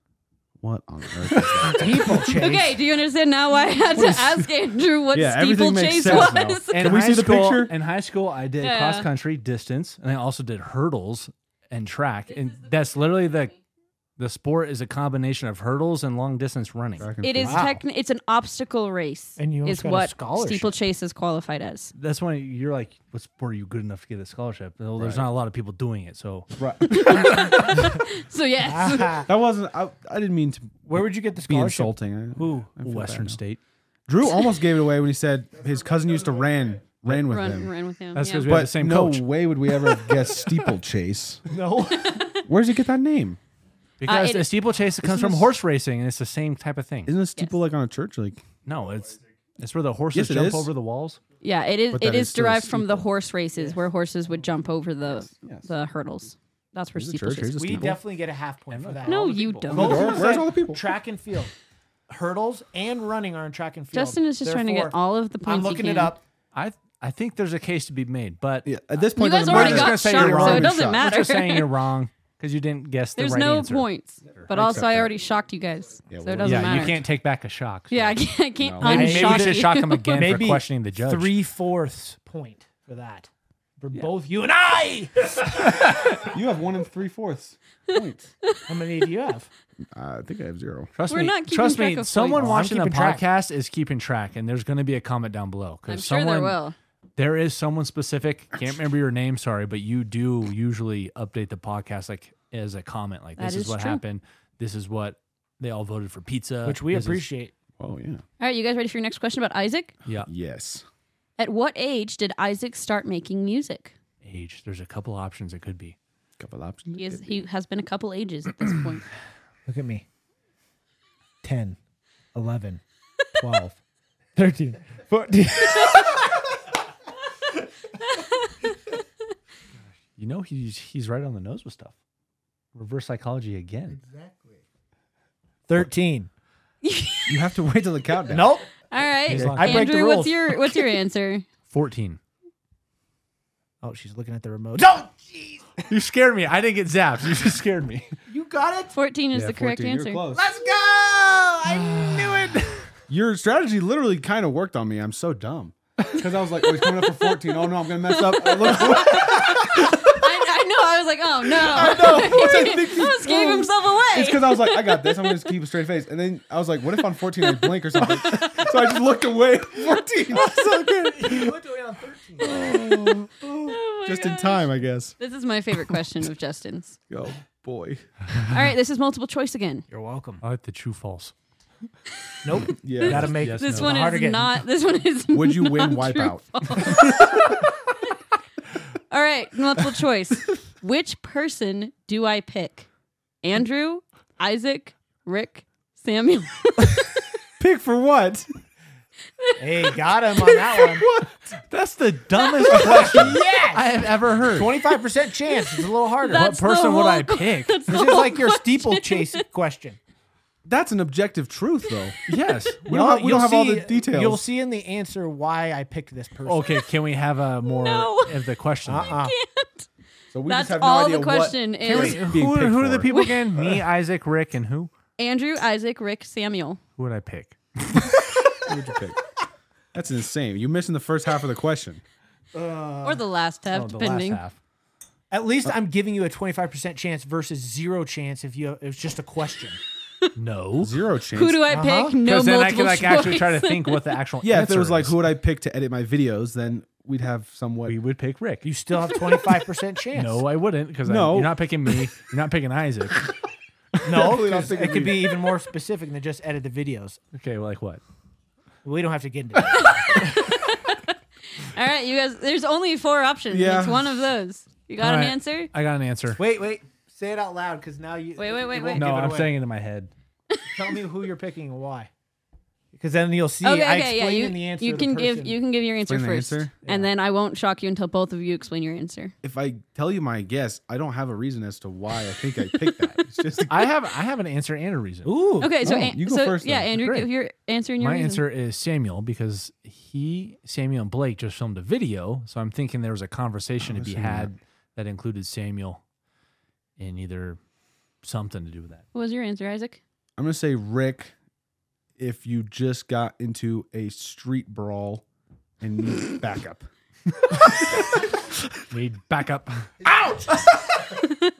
[SPEAKER 4] What on earth? Is that?
[SPEAKER 1] People chase.
[SPEAKER 3] Okay, do you understand now why I had to ask Andrew what
[SPEAKER 4] Yeah, everything makes
[SPEAKER 3] steeplechase [laughs]
[SPEAKER 4] sense now.
[SPEAKER 3] was?
[SPEAKER 2] In
[SPEAKER 4] Can we
[SPEAKER 2] high
[SPEAKER 4] see the
[SPEAKER 2] school-
[SPEAKER 4] picture?
[SPEAKER 2] In high school, I did
[SPEAKER 3] Yeah.
[SPEAKER 2] cross country, distance, and I also did hurdles and track. And that's literally the the sport is a combination of hurdles and long distance running.
[SPEAKER 4] Track and
[SPEAKER 3] It
[SPEAKER 4] field.
[SPEAKER 3] is techni- it's an obstacle race.
[SPEAKER 1] And you almost
[SPEAKER 3] is
[SPEAKER 1] got a
[SPEAKER 3] what
[SPEAKER 1] scholarship.
[SPEAKER 3] steeplechase is qualified as. [laughs]
[SPEAKER 2] That's why you're like, what sport are you good enough to get a scholarship? Well, There's not a lot of people doing it, so
[SPEAKER 4] Right.
[SPEAKER 3] So [laughs] yes,
[SPEAKER 1] Ah,
[SPEAKER 4] That wasn't. I, I didn't mean to
[SPEAKER 1] [laughs] Where would you get the
[SPEAKER 4] be
[SPEAKER 1] scholarship?
[SPEAKER 4] insulting. I-
[SPEAKER 2] who
[SPEAKER 4] feel bad
[SPEAKER 2] Western
[SPEAKER 4] now.
[SPEAKER 2] State?
[SPEAKER 4] Drew almost gave it away when he said his cousin used to ran ran with
[SPEAKER 3] run,
[SPEAKER 4] him.
[SPEAKER 3] run with him.
[SPEAKER 2] That's
[SPEAKER 3] yeah.
[SPEAKER 2] because we
[SPEAKER 4] But
[SPEAKER 2] have the same
[SPEAKER 4] no
[SPEAKER 2] coach.
[SPEAKER 4] way would we ever have guessed steeplechase. [laughs]
[SPEAKER 1] No.
[SPEAKER 4] Where does he get that name?
[SPEAKER 2] Because
[SPEAKER 3] it-
[SPEAKER 2] a steeplechase it comes from horse racing, and it's the same type of thing.
[SPEAKER 4] Isn't a steeple like on a church? Like
[SPEAKER 2] No, it's it's where the horses
[SPEAKER 4] Yes, it
[SPEAKER 2] jump
[SPEAKER 4] is.
[SPEAKER 2] over the walls.
[SPEAKER 3] yeah, it is.
[SPEAKER 4] But that
[SPEAKER 3] It
[SPEAKER 4] is
[SPEAKER 3] is
[SPEAKER 4] still a
[SPEAKER 3] derived from the horse races where horses would jump over the
[SPEAKER 4] yes.
[SPEAKER 3] the hurdles. That's where
[SPEAKER 4] there's a church. Here's
[SPEAKER 3] steeplechase.
[SPEAKER 4] a
[SPEAKER 1] We
[SPEAKER 4] steeple.
[SPEAKER 1] definitely get a half point for that.
[SPEAKER 3] No,
[SPEAKER 1] All the
[SPEAKER 3] you
[SPEAKER 1] people.
[SPEAKER 3] don't.
[SPEAKER 1] Both
[SPEAKER 4] Where's-
[SPEAKER 1] of them
[SPEAKER 4] where's
[SPEAKER 1] said
[SPEAKER 4] all the
[SPEAKER 1] [laughs]
[SPEAKER 4] people?
[SPEAKER 1] Track and field, hurdles and running are in track and field.
[SPEAKER 3] Justin is just trying to get
[SPEAKER 1] Therefore,
[SPEAKER 3] all of the points.
[SPEAKER 1] I'm
[SPEAKER 3] he
[SPEAKER 1] looking it
[SPEAKER 3] can.
[SPEAKER 1] up.
[SPEAKER 2] I I think there's a case to be made, but
[SPEAKER 4] yeah, at this
[SPEAKER 3] You
[SPEAKER 4] point,
[SPEAKER 3] guys
[SPEAKER 4] doesn't
[SPEAKER 3] already
[SPEAKER 4] matter.
[SPEAKER 2] I'm
[SPEAKER 3] got
[SPEAKER 2] just gonna say
[SPEAKER 3] shocked,
[SPEAKER 2] you're
[SPEAKER 3] so
[SPEAKER 2] wrong.
[SPEAKER 3] it doesn't
[SPEAKER 2] I'm
[SPEAKER 3] matter.
[SPEAKER 2] just saying you're
[SPEAKER 3] [laughs]
[SPEAKER 2] wrong because you didn't guess the
[SPEAKER 3] There's
[SPEAKER 2] right
[SPEAKER 3] no
[SPEAKER 2] answer.
[SPEAKER 3] points, but also I already shocked you guys, so it doesn't
[SPEAKER 2] Yeah,
[SPEAKER 3] matter.
[SPEAKER 2] you can't take back a shock. so-
[SPEAKER 3] Yeah, I can't, I can't
[SPEAKER 4] No.
[SPEAKER 2] Maybe, maybe we
[SPEAKER 3] unshock
[SPEAKER 2] should
[SPEAKER 3] you.
[SPEAKER 2] shock
[SPEAKER 3] [laughs]
[SPEAKER 2] him again
[SPEAKER 1] Maybe
[SPEAKER 2] for questioning the judge.
[SPEAKER 1] Three fourths point for that. For both you and I.
[SPEAKER 4] [laughs] You have one and three fourths.
[SPEAKER 1] How many do you have?
[SPEAKER 4] I think I have zero.
[SPEAKER 2] Trust
[SPEAKER 3] We're
[SPEAKER 2] me.
[SPEAKER 3] not keeping
[SPEAKER 2] trust
[SPEAKER 3] track
[SPEAKER 2] me.
[SPEAKER 3] of
[SPEAKER 2] someone
[SPEAKER 3] points.
[SPEAKER 1] Oh, I'm
[SPEAKER 2] watching the
[SPEAKER 1] keeping track.
[SPEAKER 2] podcast is keeping track, and there's going to be a comment down below.
[SPEAKER 3] I'm
[SPEAKER 2] because
[SPEAKER 3] sure
[SPEAKER 2] someone,
[SPEAKER 3] there will.
[SPEAKER 2] There is someone specific. Can't remember your name. Sorry, but you do usually update the podcast like as a comment. Like
[SPEAKER 3] That
[SPEAKER 2] this is,
[SPEAKER 3] is
[SPEAKER 2] what
[SPEAKER 3] true.
[SPEAKER 2] happened. This is what they all voted for pizza,
[SPEAKER 1] Which we
[SPEAKER 2] Uh, This is-
[SPEAKER 1] appreciate.
[SPEAKER 4] Oh yeah.
[SPEAKER 3] All right, you guys ready for your next question about Isaac?
[SPEAKER 2] yeah.
[SPEAKER 4] Yes.
[SPEAKER 3] At what age did Isaac start making music?
[SPEAKER 2] Age. There's a couple options. It could be.
[SPEAKER 4] Couple options.
[SPEAKER 3] He, is, he has been a couple ages at this
[SPEAKER 1] [clears throat]
[SPEAKER 3] point.
[SPEAKER 1] Look at me. 10, [laughs] 11, 12, 13, 14.
[SPEAKER 2] You know, he's he's right on the nose with stuff. Reverse psychology again.
[SPEAKER 1] 13.
[SPEAKER 4] You have to wait till the countdown.
[SPEAKER 1] Nope.
[SPEAKER 3] All right,
[SPEAKER 2] He's locked
[SPEAKER 1] I break the
[SPEAKER 3] Andrew,
[SPEAKER 1] rules.
[SPEAKER 3] what's your
[SPEAKER 1] [laughs]
[SPEAKER 3] what's your answer?
[SPEAKER 2] Fourteen.
[SPEAKER 1] Oh, she's looking at the remote. No,
[SPEAKER 2] You scared me. I didn't get zapped. You just scared me.
[SPEAKER 1] you got it.
[SPEAKER 3] Fourteen is
[SPEAKER 4] Yeah,
[SPEAKER 3] the correct
[SPEAKER 4] 14,
[SPEAKER 3] answer.
[SPEAKER 4] You're close.
[SPEAKER 1] Let's go. I knew it.
[SPEAKER 4] [sighs] Your strategy literally kind of worked on me. I'm so dumb. Because I was like, oh, he's coming up for 14. Oh no, I'm gonna mess up. I look-
[SPEAKER 3] I, I know. I was like, oh no. [laughs]
[SPEAKER 4] [laughs] Once [laughs] I think
[SPEAKER 3] he just gave
[SPEAKER 4] oh,
[SPEAKER 3] himself away.
[SPEAKER 4] It's because I was like, I got this. I'm gonna just keep a straight face. And then I was like, what if on 14 I blink or something? so I just looked away. [laughs] 14. so good.
[SPEAKER 3] Oh my
[SPEAKER 4] Just in
[SPEAKER 3] gosh.
[SPEAKER 4] time, I guess.
[SPEAKER 3] This is my favorite question of Justin's.
[SPEAKER 4] Oh boy.
[SPEAKER 3] All right, this is multiple choice again.
[SPEAKER 1] You're welcome.
[SPEAKER 2] [laughs] I like the true false.
[SPEAKER 4] [laughs]
[SPEAKER 1] Nope.
[SPEAKER 4] Yeah.
[SPEAKER 1] Gotta make
[SPEAKER 2] Yes,
[SPEAKER 3] This
[SPEAKER 2] no.
[SPEAKER 3] one
[SPEAKER 1] The harder
[SPEAKER 3] is
[SPEAKER 1] getting.
[SPEAKER 3] not. This one is.
[SPEAKER 4] [laughs] Would you win
[SPEAKER 3] not [laughs] true.
[SPEAKER 4] Wipeout?
[SPEAKER 3] All right,
[SPEAKER 4] [laughs]
[SPEAKER 3] multiple choice. Which person do I pick? Andrew, Isaac, Rick, Samuel.
[SPEAKER 4] Pick for what?
[SPEAKER 1] hey, got him on that
[SPEAKER 3] [laughs]
[SPEAKER 1] one.
[SPEAKER 2] That's the dumbest question
[SPEAKER 1] Yes.
[SPEAKER 2] [laughs] I have ever heard. What
[SPEAKER 1] 25% chance. It's a little harder.
[SPEAKER 3] That's the
[SPEAKER 2] person would I
[SPEAKER 3] whole- [laughs]
[SPEAKER 2] pick?
[SPEAKER 1] this is like your steeplechase question.
[SPEAKER 4] That's an objective truth, though.
[SPEAKER 3] [laughs]
[SPEAKER 2] yes.
[SPEAKER 4] We don't, have, we
[SPEAKER 1] You'll
[SPEAKER 4] don't have all the
[SPEAKER 1] see-
[SPEAKER 4] details.
[SPEAKER 1] You'll see in the answer why I picked this person.
[SPEAKER 2] Okay, can we have a more
[SPEAKER 3] No.
[SPEAKER 2] of the question?
[SPEAKER 1] Uh-uh.
[SPEAKER 4] so we
[SPEAKER 3] That's
[SPEAKER 4] just have no
[SPEAKER 3] all
[SPEAKER 4] idea
[SPEAKER 3] the
[SPEAKER 4] what-
[SPEAKER 3] question is.
[SPEAKER 4] Being
[SPEAKER 2] Who,
[SPEAKER 4] picked
[SPEAKER 2] who are the
[SPEAKER 4] for.
[SPEAKER 2] people [laughs] again? Me, Isaac, Rick, and who?
[SPEAKER 3] Andrew, Isaac, Rick, Samuel.
[SPEAKER 2] Who would I pick?
[SPEAKER 4] Who would you pick? That's insane. You're missing the first half of the question.
[SPEAKER 3] or the last half,
[SPEAKER 2] Oh, the
[SPEAKER 3] depending.
[SPEAKER 2] last half.
[SPEAKER 1] At least I'm giving you a 25% chance versus zero chance if you it was just a question.
[SPEAKER 2] No.
[SPEAKER 4] Zero chance.
[SPEAKER 3] Who do I pick? [laughs] No
[SPEAKER 2] Because
[SPEAKER 3] multiple
[SPEAKER 2] then I can like
[SPEAKER 3] choice.
[SPEAKER 2] actually try to think what the actual
[SPEAKER 4] yeah, if
[SPEAKER 2] answer
[SPEAKER 4] it was like,
[SPEAKER 2] is.
[SPEAKER 4] who would I pick to edit my videos? Then we'd have somewhat.
[SPEAKER 2] we would pick Rick.
[SPEAKER 1] You still have [laughs] 25% chance.
[SPEAKER 2] no, I wouldn't because
[SPEAKER 4] No.
[SPEAKER 2] you're not picking me. You're not picking [laughs] Isaac.
[SPEAKER 1] no 'cause
[SPEAKER 4] not thinking
[SPEAKER 1] it could be even more specific than just edit the videos.
[SPEAKER 2] Okay, well, like what?
[SPEAKER 1] We don't have to get into that.
[SPEAKER 3] All right, you guys. There's only four options. and
[SPEAKER 4] Yeah.
[SPEAKER 3] It's one of those. You got
[SPEAKER 2] All
[SPEAKER 3] an
[SPEAKER 2] right,
[SPEAKER 3] answer?
[SPEAKER 2] I got an answer.
[SPEAKER 1] Wait, wait. Say it out loud because now you.
[SPEAKER 3] Wait, wait,
[SPEAKER 1] you
[SPEAKER 3] wait,
[SPEAKER 1] won't
[SPEAKER 3] wait.
[SPEAKER 1] give
[SPEAKER 2] no,
[SPEAKER 1] it
[SPEAKER 2] I'm
[SPEAKER 1] away.
[SPEAKER 2] saying it in my head.
[SPEAKER 1] Tell me who you're picking and why. Because then you'll see.
[SPEAKER 3] Okay,
[SPEAKER 1] I
[SPEAKER 3] okay, yeah.
[SPEAKER 1] explain
[SPEAKER 3] You,
[SPEAKER 1] in the answer.
[SPEAKER 3] you
[SPEAKER 1] the
[SPEAKER 3] can give
[SPEAKER 1] person.
[SPEAKER 3] you can give your answer
[SPEAKER 4] Explain the
[SPEAKER 3] first,
[SPEAKER 4] answer?
[SPEAKER 3] and then I won't shock you until both of you explain your answer.
[SPEAKER 4] If I tell you my guess, I don't have a reason as to why I think I picked that. It's just
[SPEAKER 2] [laughs]
[SPEAKER 4] [laughs]
[SPEAKER 2] I have I have an answer and a reason.
[SPEAKER 1] Ooh.
[SPEAKER 3] Okay, so
[SPEAKER 4] Oh,
[SPEAKER 3] An-
[SPEAKER 4] you go
[SPEAKER 3] so
[SPEAKER 4] first
[SPEAKER 3] yeah,
[SPEAKER 4] then.
[SPEAKER 3] Andrew,
[SPEAKER 2] Great.
[SPEAKER 3] give your answer and your
[SPEAKER 2] My
[SPEAKER 3] reason.
[SPEAKER 2] answer is Samuel because he Samuel and Blake just filmed a video, so I'm thinking there was a conversation to be had Oh, that included Samuel and either something to do with that.
[SPEAKER 3] What was your answer, Isaac?
[SPEAKER 4] I'm gonna say Rick. If you just got into a street brawl
[SPEAKER 1] [laughs]
[SPEAKER 4] and need backup.
[SPEAKER 2] We back [laughs] up.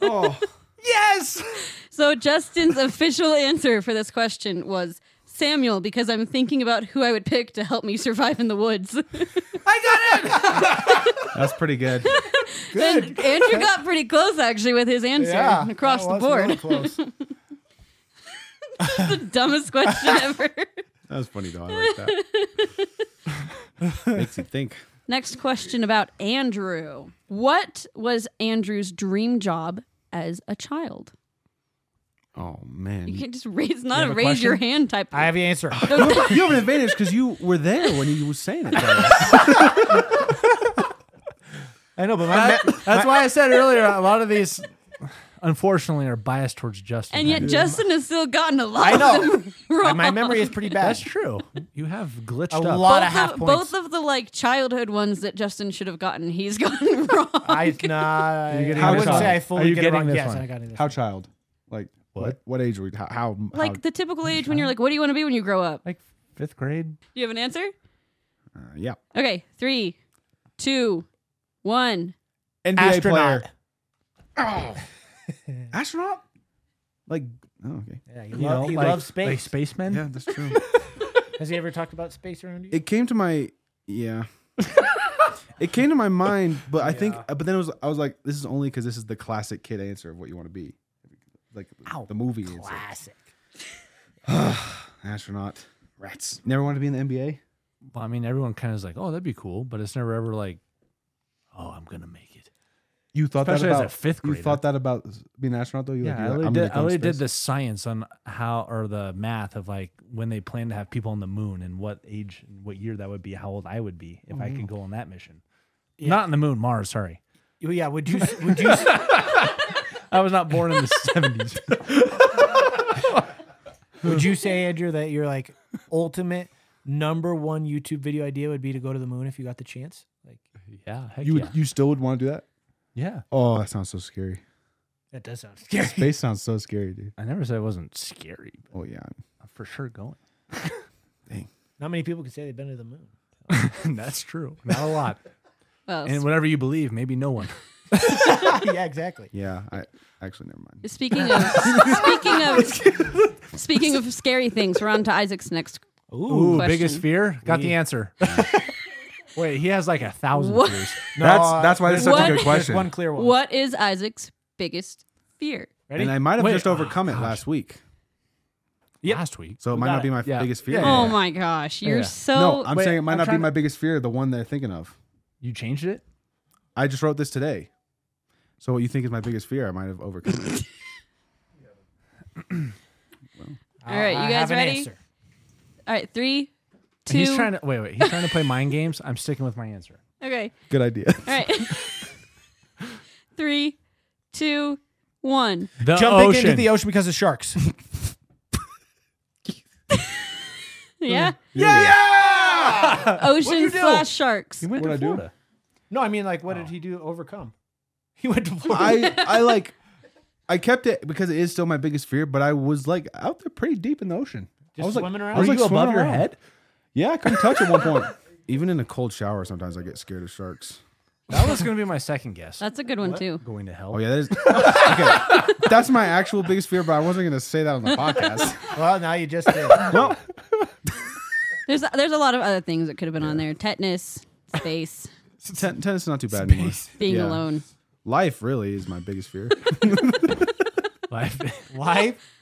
[SPEAKER 4] Oh,
[SPEAKER 2] yes.
[SPEAKER 3] So Justin's official answer for this question was Samuel, because I'm thinking about who I would pick to help me survive in the woods.
[SPEAKER 4] that's pretty good.
[SPEAKER 3] Then [laughs] Andrew got pretty close actually with his answer [laughs] across the board. [laughs] the dumbest question ever.
[SPEAKER 4] That was funny though. I like
[SPEAKER 1] [laughs]
[SPEAKER 4] that. Makes you think.
[SPEAKER 3] Next question about Andrew. What was Andrew's dream job as a child?
[SPEAKER 4] Oh man,
[SPEAKER 3] You
[SPEAKER 4] you, [laughs]
[SPEAKER 3] can't just raise, not
[SPEAKER 2] have
[SPEAKER 3] a
[SPEAKER 2] a
[SPEAKER 3] raise your
[SPEAKER 2] question?
[SPEAKER 3] hand type.
[SPEAKER 1] [laughs] I have the [laughs] answer.
[SPEAKER 4] have an advantage because you were there when he was saying it.
[SPEAKER 3] [laughs]
[SPEAKER 1] I know, but my, me-
[SPEAKER 2] That's why I said earlier a lot of these unfortunately are biased towards Justin.
[SPEAKER 3] and yet Justin has still gotten a lot
[SPEAKER 1] I know.
[SPEAKER 3] of them wrong.
[SPEAKER 1] [laughs] my memory is pretty bad.
[SPEAKER 2] that's true. You have glitched
[SPEAKER 1] A
[SPEAKER 2] up.
[SPEAKER 1] lot of
[SPEAKER 3] both
[SPEAKER 1] half
[SPEAKER 3] of,
[SPEAKER 1] points.
[SPEAKER 3] both of the like childhood ones that Justin should have gotten, he's [laughs] gotten wrong.
[SPEAKER 1] [laughs]
[SPEAKER 3] [laughs]
[SPEAKER 1] I nah, I,
[SPEAKER 2] getting
[SPEAKER 1] I
[SPEAKER 4] this
[SPEAKER 1] wouldn't
[SPEAKER 4] one?
[SPEAKER 1] say I
[SPEAKER 2] Are
[SPEAKER 1] fully
[SPEAKER 2] you
[SPEAKER 1] get it
[SPEAKER 2] getting
[SPEAKER 1] wrong.
[SPEAKER 2] this
[SPEAKER 1] Yes,
[SPEAKER 2] one?
[SPEAKER 1] I got it.
[SPEAKER 4] How child? Like what? What age were we? How? how
[SPEAKER 3] like
[SPEAKER 4] how-
[SPEAKER 3] the typical age when you're like, what do you want to be when you grow up? Do
[SPEAKER 2] like fifth grade.
[SPEAKER 3] you have an answer?
[SPEAKER 4] uh, yeah.
[SPEAKER 3] Okay, three, two, one.
[SPEAKER 4] NBA
[SPEAKER 1] Astronaut.
[SPEAKER 4] player. Astronaut. Like. Oh, okay.
[SPEAKER 1] Yeah, he,
[SPEAKER 2] You
[SPEAKER 1] lo-
[SPEAKER 2] know,
[SPEAKER 1] he
[SPEAKER 2] like,
[SPEAKER 1] loves space.
[SPEAKER 2] Like spacemen.
[SPEAKER 4] Yeah, that's true.
[SPEAKER 1] Has he ever talked about space around
[SPEAKER 2] [laughs]
[SPEAKER 1] you?
[SPEAKER 4] it came to my [laughs] yeah it came to my mind but i think but then it was i was like this is only because this is the classic kid answer of what you want to be like the movie answer.
[SPEAKER 1] Classic.
[SPEAKER 4] astronaut rats never want to be in the nba
[SPEAKER 2] Well, I mean, everyone kind of is like, "Oh, that'd be cool," but it's never ever like, "Oh, I'm gonna make it."
[SPEAKER 4] you thought
[SPEAKER 2] Especially
[SPEAKER 4] that
[SPEAKER 2] as
[SPEAKER 4] about
[SPEAKER 2] a fifth
[SPEAKER 4] you
[SPEAKER 2] grader.
[SPEAKER 4] thought that about being an astronaut though you
[SPEAKER 2] Yeah,
[SPEAKER 4] like,
[SPEAKER 2] I
[SPEAKER 4] you're like,
[SPEAKER 2] already
[SPEAKER 4] I'm
[SPEAKER 2] did,
[SPEAKER 4] gonna
[SPEAKER 2] I
[SPEAKER 4] go in
[SPEAKER 2] already did
[SPEAKER 4] space.
[SPEAKER 2] the science on how or the math of like when they plan to have people on the moon and what age, and what year that would be, how old I would be if I could go on that mission. Not on the moon, Mars. Sorry,
[SPEAKER 1] Oh, Yeah, would you would you
[SPEAKER 2] I was not born in the seventies.
[SPEAKER 1] would you say Andrew that your like ultimate number one YouTube video idea would be to go to the moon if you got the chance? Like
[SPEAKER 2] Yeah, heck
[SPEAKER 4] you would,
[SPEAKER 2] yeah.
[SPEAKER 4] you still would want to do that
[SPEAKER 2] yeah.
[SPEAKER 4] oh that sounds so scary
[SPEAKER 1] that does sound [laughs] scary.
[SPEAKER 4] space sounds so scary dude
[SPEAKER 2] I never said it wasn't scary, but
[SPEAKER 4] oh yeah
[SPEAKER 2] I'm for sure going.
[SPEAKER 1] Not many people can say they've been to the moon.
[SPEAKER 2] [laughs] That's true. Not a lot.
[SPEAKER 3] Well,
[SPEAKER 2] And whatever you believe, maybe no one.
[SPEAKER 1] yeah, exactly.
[SPEAKER 4] Yeah, I actually never mind.
[SPEAKER 3] Speaking of speaking
[SPEAKER 1] [laughs]
[SPEAKER 3] of speaking of scary things, we're on to Isaac's next.
[SPEAKER 2] Ooh,
[SPEAKER 3] Question.
[SPEAKER 2] biggest fear? Got the answer. [laughs] Wait, he has like a thousand
[SPEAKER 3] What?
[SPEAKER 4] [laughs]
[SPEAKER 2] fears. uh,
[SPEAKER 1] No,
[SPEAKER 4] that's that's why this is such
[SPEAKER 3] What?
[SPEAKER 4] a good
[SPEAKER 3] Just
[SPEAKER 1] There's
[SPEAKER 4] question.
[SPEAKER 1] one clear one.
[SPEAKER 3] What is Isaac's biggest fear?
[SPEAKER 1] Ready?
[SPEAKER 4] and I might have
[SPEAKER 2] Wait,
[SPEAKER 4] just
[SPEAKER 2] oh,
[SPEAKER 4] overcome it
[SPEAKER 2] gosh.
[SPEAKER 4] last week,
[SPEAKER 2] Yep. Last week.
[SPEAKER 4] so it
[SPEAKER 1] We
[SPEAKER 4] might
[SPEAKER 1] got
[SPEAKER 4] not be
[SPEAKER 1] it.
[SPEAKER 4] my
[SPEAKER 2] Yeah.
[SPEAKER 4] biggest fear.
[SPEAKER 2] Yeah,
[SPEAKER 3] Oh my gosh, you're
[SPEAKER 2] Yeah.
[SPEAKER 3] so
[SPEAKER 4] no, I'm
[SPEAKER 2] Wait,
[SPEAKER 4] saying it might
[SPEAKER 2] I'm
[SPEAKER 4] not be
[SPEAKER 2] trying to-
[SPEAKER 4] my biggest fear. The one they're thinking of.
[SPEAKER 2] You changed it?
[SPEAKER 4] I just wrote this today. So what you think is my biggest fear? I might have overcome.
[SPEAKER 2] [laughs]
[SPEAKER 4] it.
[SPEAKER 3] All right, you
[SPEAKER 1] I
[SPEAKER 3] guys
[SPEAKER 1] have an
[SPEAKER 3] ready?
[SPEAKER 1] answer.
[SPEAKER 3] All right, three, two.
[SPEAKER 2] He's trying to wait, wait. He's trying to play mind games. I'm sticking with my answer.
[SPEAKER 3] okay,
[SPEAKER 2] [laughs]
[SPEAKER 4] Good idea.
[SPEAKER 3] all right. [laughs] three, two, one.
[SPEAKER 2] The
[SPEAKER 1] Jumping
[SPEAKER 2] ocean.
[SPEAKER 1] into the ocean because of
[SPEAKER 2] [laughs]
[SPEAKER 1] sharks.
[SPEAKER 3] Yeah,
[SPEAKER 1] yeah,
[SPEAKER 3] ocean
[SPEAKER 1] you do?
[SPEAKER 3] slash sharks.
[SPEAKER 2] He went
[SPEAKER 4] What'd
[SPEAKER 2] to
[SPEAKER 4] I do?
[SPEAKER 2] Florida.
[SPEAKER 1] No, I mean like, what did
[SPEAKER 2] Oh.
[SPEAKER 1] he do? to Overcome? [laughs] He went to Florida.
[SPEAKER 4] [laughs] I I like I kept it because it is still my biggest fear, but I was like out there pretty deep in the ocean. I
[SPEAKER 1] Just
[SPEAKER 4] was like,
[SPEAKER 1] swimming around?
[SPEAKER 4] I was
[SPEAKER 1] Were
[SPEAKER 4] like
[SPEAKER 2] you above
[SPEAKER 4] swimming
[SPEAKER 2] your
[SPEAKER 4] around.
[SPEAKER 2] head?
[SPEAKER 4] Yeah, I couldn't touch at one point. Even in a cold shower, sometimes I get scared of sharks.
[SPEAKER 2] [laughs] That was going to be my second guess.
[SPEAKER 3] That's a good one too.
[SPEAKER 2] going to hell.
[SPEAKER 4] Oh yeah, that is [laughs] okay. That's my actual biggest fear, but I wasn't gonna say that on the podcast.
[SPEAKER 1] well, now you just
[SPEAKER 2] [laughs]
[SPEAKER 1] did.
[SPEAKER 4] well,
[SPEAKER 3] There's there's a lot of other things that could have been on there. Tetanus, space,
[SPEAKER 4] ten- tennis is not too bad anymore.
[SPEAKER 3] being
[SPEAKER 4] Yeah.
[SPEAKER 3] alone.
[SPEAKER 4] Life really is my biggest fear.
[SPEAKER 2] [laughs] Life.
[SPEAKER 1] Life.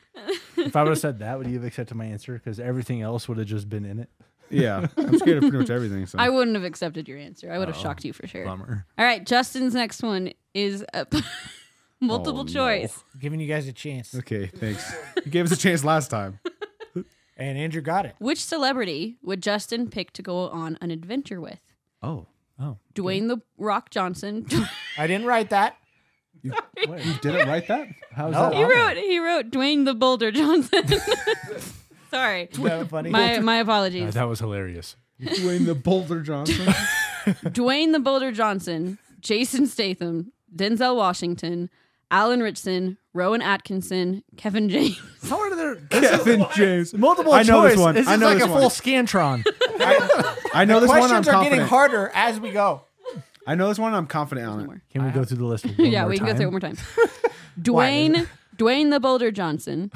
[SPEAKER 2] if I would have said that, would you have accepted my answer? Because everything else would have just been in it.
[SPEAKER 4] yeah, I'm scared of pretty much everything. So
[SPEAKER 3] I wouldn't have accepted your answer. I would
[SPEAKER 1] Oh,
[SPEAKER 3] have shocked you for sure.
[SPEAKER 2] Bummer.
[SPEAKER 3] All right, Justin's next one is a [laughs] multiple
[SPEAKER 4] Oh, no.
[SPEAKER 3] choice.
[SPEAKER 1] Giving you guys a chance,
[SPEAKER 4] okay, thanks. You gave us a chance last time.
[SPEAKER 1] and Andrew got it.
[SPEAKER 3] Which celebrity would Justin pick to go on an adventure with?
[SPEAKER 4] Oh,
[SPEAKER 2] Oh.
[SPEAKER 3] Dwayne the Rock Johnson. [laughs]
[SPEAKER 1] I didn't write that.
[SPEAKER 4] you didn't write that?
[SPEAKER 2] How's
[SPEAKER 1] No.
[SPEAKER 2] that?
[SPEAKER 3] he
[SPEAKER 4] Oh,
[SPEAKER 2] on there?
[SPEAKER 3] wrote he wrote Dwayne the Boulder Johnson. [laughs] Sorry.
[SPEAKER 1] Isn't that funny?
[SPEAKER 3] My my
[SPEAKER 2] Uh,
[SPEAKER 3] apologies.
[SPEAKER 4] [laughs]
[SPEAKER 2] that was hilarious.
[SPEAKER 4] Dwayne the Boulder [laughs] Johnson.
[SPEAKER 3] Dwayne the Boulder Johnson, Jason Statham, Denzel Washington, Alan Richson, Rowan Atkinson, Kevin James.
[SPEAKER 2] How are there
[SPEAKER 4] Kevin James.
[SPEAKER 2] multiple
[SPEAKER 4] I know
[SPEAKER 2] choice?
[SPEAKER 4] this one.
[SPEAKER 2] This
[SPEAKER 4] I
[SPEAKER 2] is
[SPEAKER 4] know
[SPEAKER 2] like
[SPEAKER 4] this
[SPEAKER 2] a
[SPEAKER 4] one.
[SPEAKER 2] full scantron.
[SPEAKER 4] I know this one. I'm
[SPEAKER 1] Questions are getting
[SPEAKER 4] confident.
[SPEAKER 1] harder as we go.
[SPEAKER 4] I know this one. I'm confident on
[SPEAKER 3] No
[SPEAKER 4] it.
[SPEAKER 3] more.
[SPEAKER 2] [laughs] Can we go through the list?
[SPEAKER 3] [laughs] yeah, we can go through it one more [laughs] time. Dwayne, Dwayne the Boulder Johnson,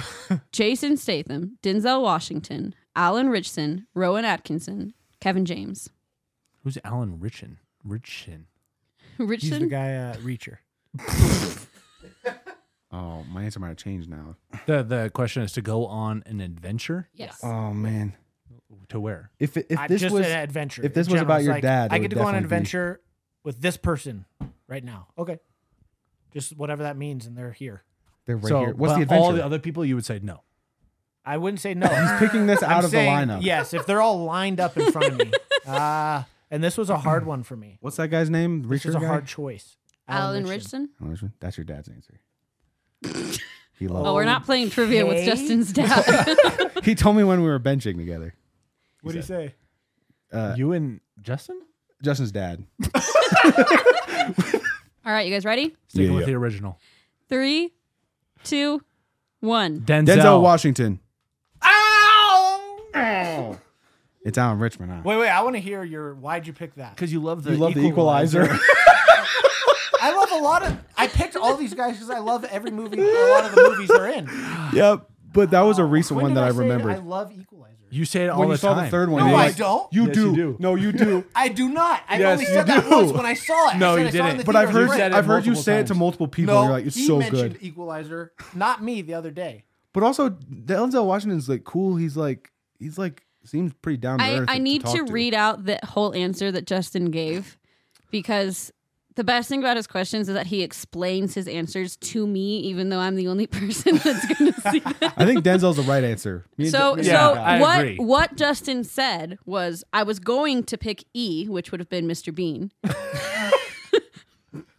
[SPEAKER 3] Jason Statham, Denzel Washington, Alan Richson, Rowan Atkinson, Kevin James.
[SPEAKER 2] Who's Alan Richin? Richin.
[SPEAKER 1] He's the
[SPEAKER 3] Richson?
[SPEAKER 1] guy uh, Reacher.
[SPEAKER 4] Oh, my answer might have changed now.
[SPEAKER 2] The the question is to go on an adventure
[SPEAKER 3] Yes.
[SPEAKER 4] Oh man,
[SPEAKER 2] to where?
[SPEAKER 4] if it, if
[SPEAKER 1] I-
[SPEAKER 4] this
[SPEAKER 1] just
[SPEAKER 4] was
[SPEAKER 1] an adventure.
[SPEAKER 4] if this
[SPEAKER 1] in
[SPEAKER 4] was
[SPEAKER 1] general.
[SPEAKER 4] about
[SPEAKER 1] It's
[SPEAKER 4] your
[SPEAKER 1] like,
[SPEAKER 4] dad, it
[SPEAKER 1] I
[SPEAKER 4] would
[SPEAKER 1] get to go on an
[SPEAKER 4] definitely be-
[SPEAKER 1] adventure with this person right now. Okay, just whatever that means, and they're here.
[SPEAKER 4] they're right
[SPEAKER 2] so
[SPEAKER 4] here. What's
[SPEAKER 2] but
[SPEAKER 4] the adventure?
[SPEAKER 2] All the other people, you would say no.
[SPEAKER 1] I wouldn't say no.
[SPEAKER 4] He's picking this [laughs] out
[SPEAKER 1] I'm
[SPEAKER 4] of
[SPEAKER 1] saying
[SPEAKER 4] the lineup.
[SPEAKER 1] Yes, if they're all lined up in front of
[SPEAKER 4] [laughs]
[SPEAKER 1] me. Ah, and this was a hard one for me.
[SPEAKER 4] What's that guy's name?
[SPEAKER 1] This
[SPEAKER 4] Richard.
[SPEAKER 1] was a
[SPEAKER 4] guy?
[SPEAKER 1] hard choice.
[SPEAKER 3] Alan
[SPEAKER 1] Richardson.
[SPEAKER 3] Richson?
[SPEAKER 4] Oh, Richard? That's your dad's answer.
[SPEAKER 1] [laughs]
[SPEAKER 4] He loved.
[SPEAKER 3] Oh, we're not playing trivia with
[SPEAKER 1] Okay.
[SPEAKER 3] Justin's [laughs] dad.
[SPEAKER 4] it. He told me when we were benching together.
[SPEAKER 1] What do you say?
[SPEAKER 4] Uh,
[SPEAKER 2] you and Justin?
[SPEAKER 4] Justin's dad.
[SPEAKER 3] All right, you guys ready?
[SPEAKER 2] Sticking
[SPEAKER 4] Yeah,
[SPEAKER 2] with
[SPEAKER 4] yeah.
[SPEAKER 2] the original.
[SPEAKER 3] Three, two, one.
[SPEAKER 2] Denzel.
[SPEAKER 4] Denzel Washington. Ow! [laughs] It's Alan Richmond. Huh?
[SPEAKER 1] Wait, wait. I want to hear your. Why'd you pick
[SPEAKER 4] [laughs]
[SPEAKER 1] that?
[SPEAKER 2] Because you love the
[SPEAKER 4] You love the Equalizer.
[SPEAKER 1] I love a lot of. I picked all these guys because I love every movie. A lot of the movies they're in.
[SPEAKER 4] [laughs] yep. But that was a recent
[SPEAKER 1] When
[SPEAKER 4] one
[SPEAKER 1] did
[SPEAKER 4] that I,
[SPEAKER 1] say
[SPEAKER 4] remembered.
[SPEAKER 1] I love Equalizer.
[SPEAKER 2] You say it all
[SPEAKER 4] when
[SPEAKER 2] the
[SPEAKER 4] you saw
[SPEAKER 2] time.
[SPEAKER 4] the third one,
[SPEAKER 1] No,
[SPEAKER 4] you
[SPEAKER 1] I
[SPEAKER 4] like,
[SPEAKER 1] don't.
[SPEAKER 4] You
[SPEAKER 2] Yes,
[SPEAKER 4] do.
[SPEAKER 2] you do.
[SPEAKER 4] No,
[SPEAKER 1] [laughs]
[SPEAKER 4] you do.
[SPEAKER 1] I do not. I've
[SPEAKER 2] Yes,
[SPEAKER 1] only
[SPEAKER 2] you
[SPEAKER 1] said that
[SPEAKER 2] do.
[SPEAKER 1] once when I saw
[SPEAKER 4] [laughs]
[SPEAKER 1] it.
[SPEAKER 2] No,
[SPEAKER 1] I said I saw
[SPEAKER 2] you
[SPEAKER 1] it in
[SPEAKER 2] didn't.
[SPEAKER 1] the
[SPEAKER 4] But I've
[SPEAKER 1] theater.
[SPEAKER 4] heard
[SPEAKER 1] It's
[SPEAKER 2] said
[SPEAKER 1] great.
[SPEAKER 2] it
[SPEAKER 4] I've heard you
[SPEAKER 2] multiple
[SPEAKER 4] say
[SPEAKER 2] times.
[SPEAKER 4] it to multiple people.
[SPEAKER 1] No,
[SPEAKER 4] You're like, it's
[SPEAKER 1] he
[SPEAKER 4] so
[SPEAKER 1] mentioned
[SPEAKER 4] good.
[SPEAKER 1] Equalizer, not me the other day.
[SPEAKER 4] But also, Denzel Washington's like cool. He's like he's like seems pretty down to
[SPEAKER 3] I,
[SPEAKER 4] earth.
[SPEAKER 3] I need
[SPEAKER 4] talk
[SPEAKER 3] to read out the whole answer that Justin gave because the best thing about his questions is that he explains his answers to me, even though I'm the only [laughs] person that's going to see
[SPEAKER 4] [laughs]
[SPEAKER 3] them.
[SPEAKER 4] I think Denzel's the right answer. Me and
[SPEAKER 3] So,
[SPEAKER 4] Den-
[SPEAKER 2] Yeah,
[SPEAKER 3] so
[SPEAKER 2] I
[SPEAKER 3] what
[SPEAKER 2] agree.
[SPEAKER 3] what Justin said was, I was going to pick E, which would have been Mr.
[SPEAKER 4] [laughs]
[SPEAKER 3] Bean, [laughs]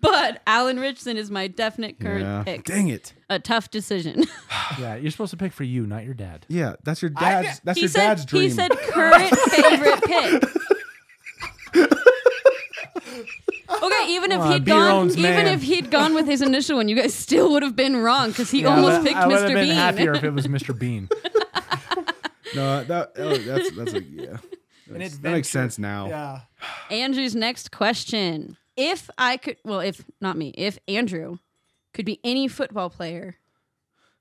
[SPEAKER 3] but Alan Richson is my definite current
[SPEAKER 4] Yeah.
[SPEAKER 3] pick.
[SPEAKER 4] Dang it.
[SPEAKER 3] A tough decision. [laughs]
[SPEAKER 2] Yeah, you're supposed to pick for you, not your dad.
[SPEAKER 4] Yeah, that's your dad's. that's
[SPEAKER 3] he
[SPEAKER 4] your
[SPEAKER 3] said,
[SPEAKER 4] dad's dream.
[SPEAKER 3] He said current favorite
[SPEAKER 4] [laughs]
[SPEAKER 3] pick. Okay, even if he'd
[SPEAKER 2] be your own
[SPEAKER 3] gone, even
[SPEAKER 2] man.
[SPEAKER 3] if he'd gone with his initial one, you guys still would have been wrong because he almost picked
[SPEAKER 2] I would
[SPEAKER 3] Mr.
[SPEAKER 2] have been
[SPEAKER 3] Bean.
[SPEAKER 2] happier if it
[SPEAKER 3] [laughs]
[SPEAKER 2] was Mr. Bean.
[SPEAKER 4] no, that
[SPEAKER 3] [laughs]
[SPEAKER 4] oh, that's that's like Oh. yeah. That's- that
[SPEAKER 1] adventure.
[SPEAKER 4] makes sense now.
[SPEAKER 1] Yeah.
[SPEAKER 3] Andrew's next question: If I could, well, if not me, if Andrew could be any football player,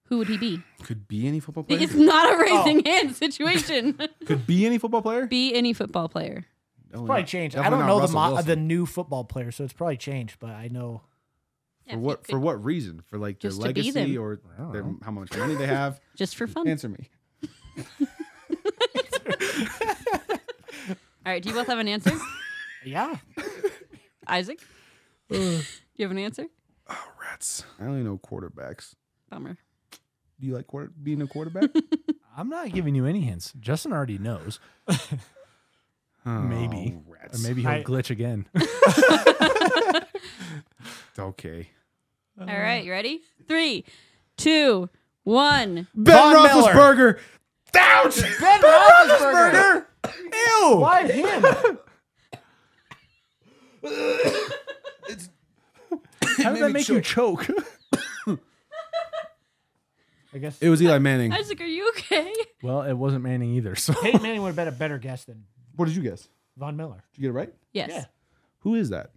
[SPEAKER 3] who would he be?
[SPEAKER 4] Could be any football player.
[SPEAKER 3] It's not a raising hand situation.
[SPEAKER 4] [laughs] Could be any football player.
[SPEAKER 3] be any football player.
[SPEAKER 4] Definitely
[SPEAKER 1] Probably
[SPEAKER 4] not-
[SPEAKER 1] changed. I
[SPEAKER 4] definitely
[SPEAKER 1] don't
[SPEAKER 4] not
[SPEAKER 1] know the
[SPEAKER 4] Russell
[SPEAKER 1] mo-
[SPEAKER 4] Wilson.
[SPEAKER 1] the new football player, so it's probably changed. But I know
[SPEAKER 3] Yeah,
[SPEAKER 4] for what
[SPEAKER 3] could-
[SPEAKER 4] for what reason? For like their
[SPEAKER 3] Just to be them. Um,
[SPEAKER 4] legacy or their, how much money
[SPEAKER 3] [laughs]
[SPEAKER 4] they have?
[SPEAKER 3] Just for fun.
[SPEAKER 4] Answer me.
[SPEAKER 3] All right, do you both have an
[SPEAKER 4] [laughs]
[SPEAKER 3] answer?
[SPEAKER 1] Yeah.
[SPEAKER 3] Isaac? do you have an answer?
[SPEAKER 4] Rats. I only know quarterbacks.
[SPEAKER 3] Bummer.
[SPEAKER 4] Do you like quarter, being a quarterback?
[SPEAKER 3] [laughs]
[SPEAKER 2] I'm not giving you any hints. Justin already knows. Maybe.
[SPEAKER 4] Oh,
[SPEAKER 2] Or
[SPEAKER 4] rats.
[SPEAKER 2] maybe he'll
[SPEAKER 1] I-
[SPEAKER 2] glitch again.
[SPEAKER 4] Okay.
[SPEAKER 3] All right, you ready? Three, two, one.
[SPEAKER 4] Ben
[SPEAKER 1] Von Miller.
[SPEAKER 4] Roethlisberger. Ouch!
[SPEAKER 1] [laughs] Ben Roethlisberger.
[SPEAKER 4] Ew!
[SPEAKER 1] Why him?
[SPEAKER 2] How did that make you choke?
[SPEAKER 1] I guess
[SPEAKER 4] It was Eli Manning.
[SPEAKER 3] Isaac, are you okay?
[SPEAKER 2] well, it wasn't Manning either. So
[SPEAKER 4] [laughs]
[SPEAKER 1] Peyton Manning would have been a better guess than
[SPEAKER 4] What did you guess?
[SPEAKER 1] Von Miller.
[SPEAKER 4] Did you get it right?
[SPEAKER 3] Yes.
[SPEAKER 1] Yeah.
[SPEAKER 4] Who is that?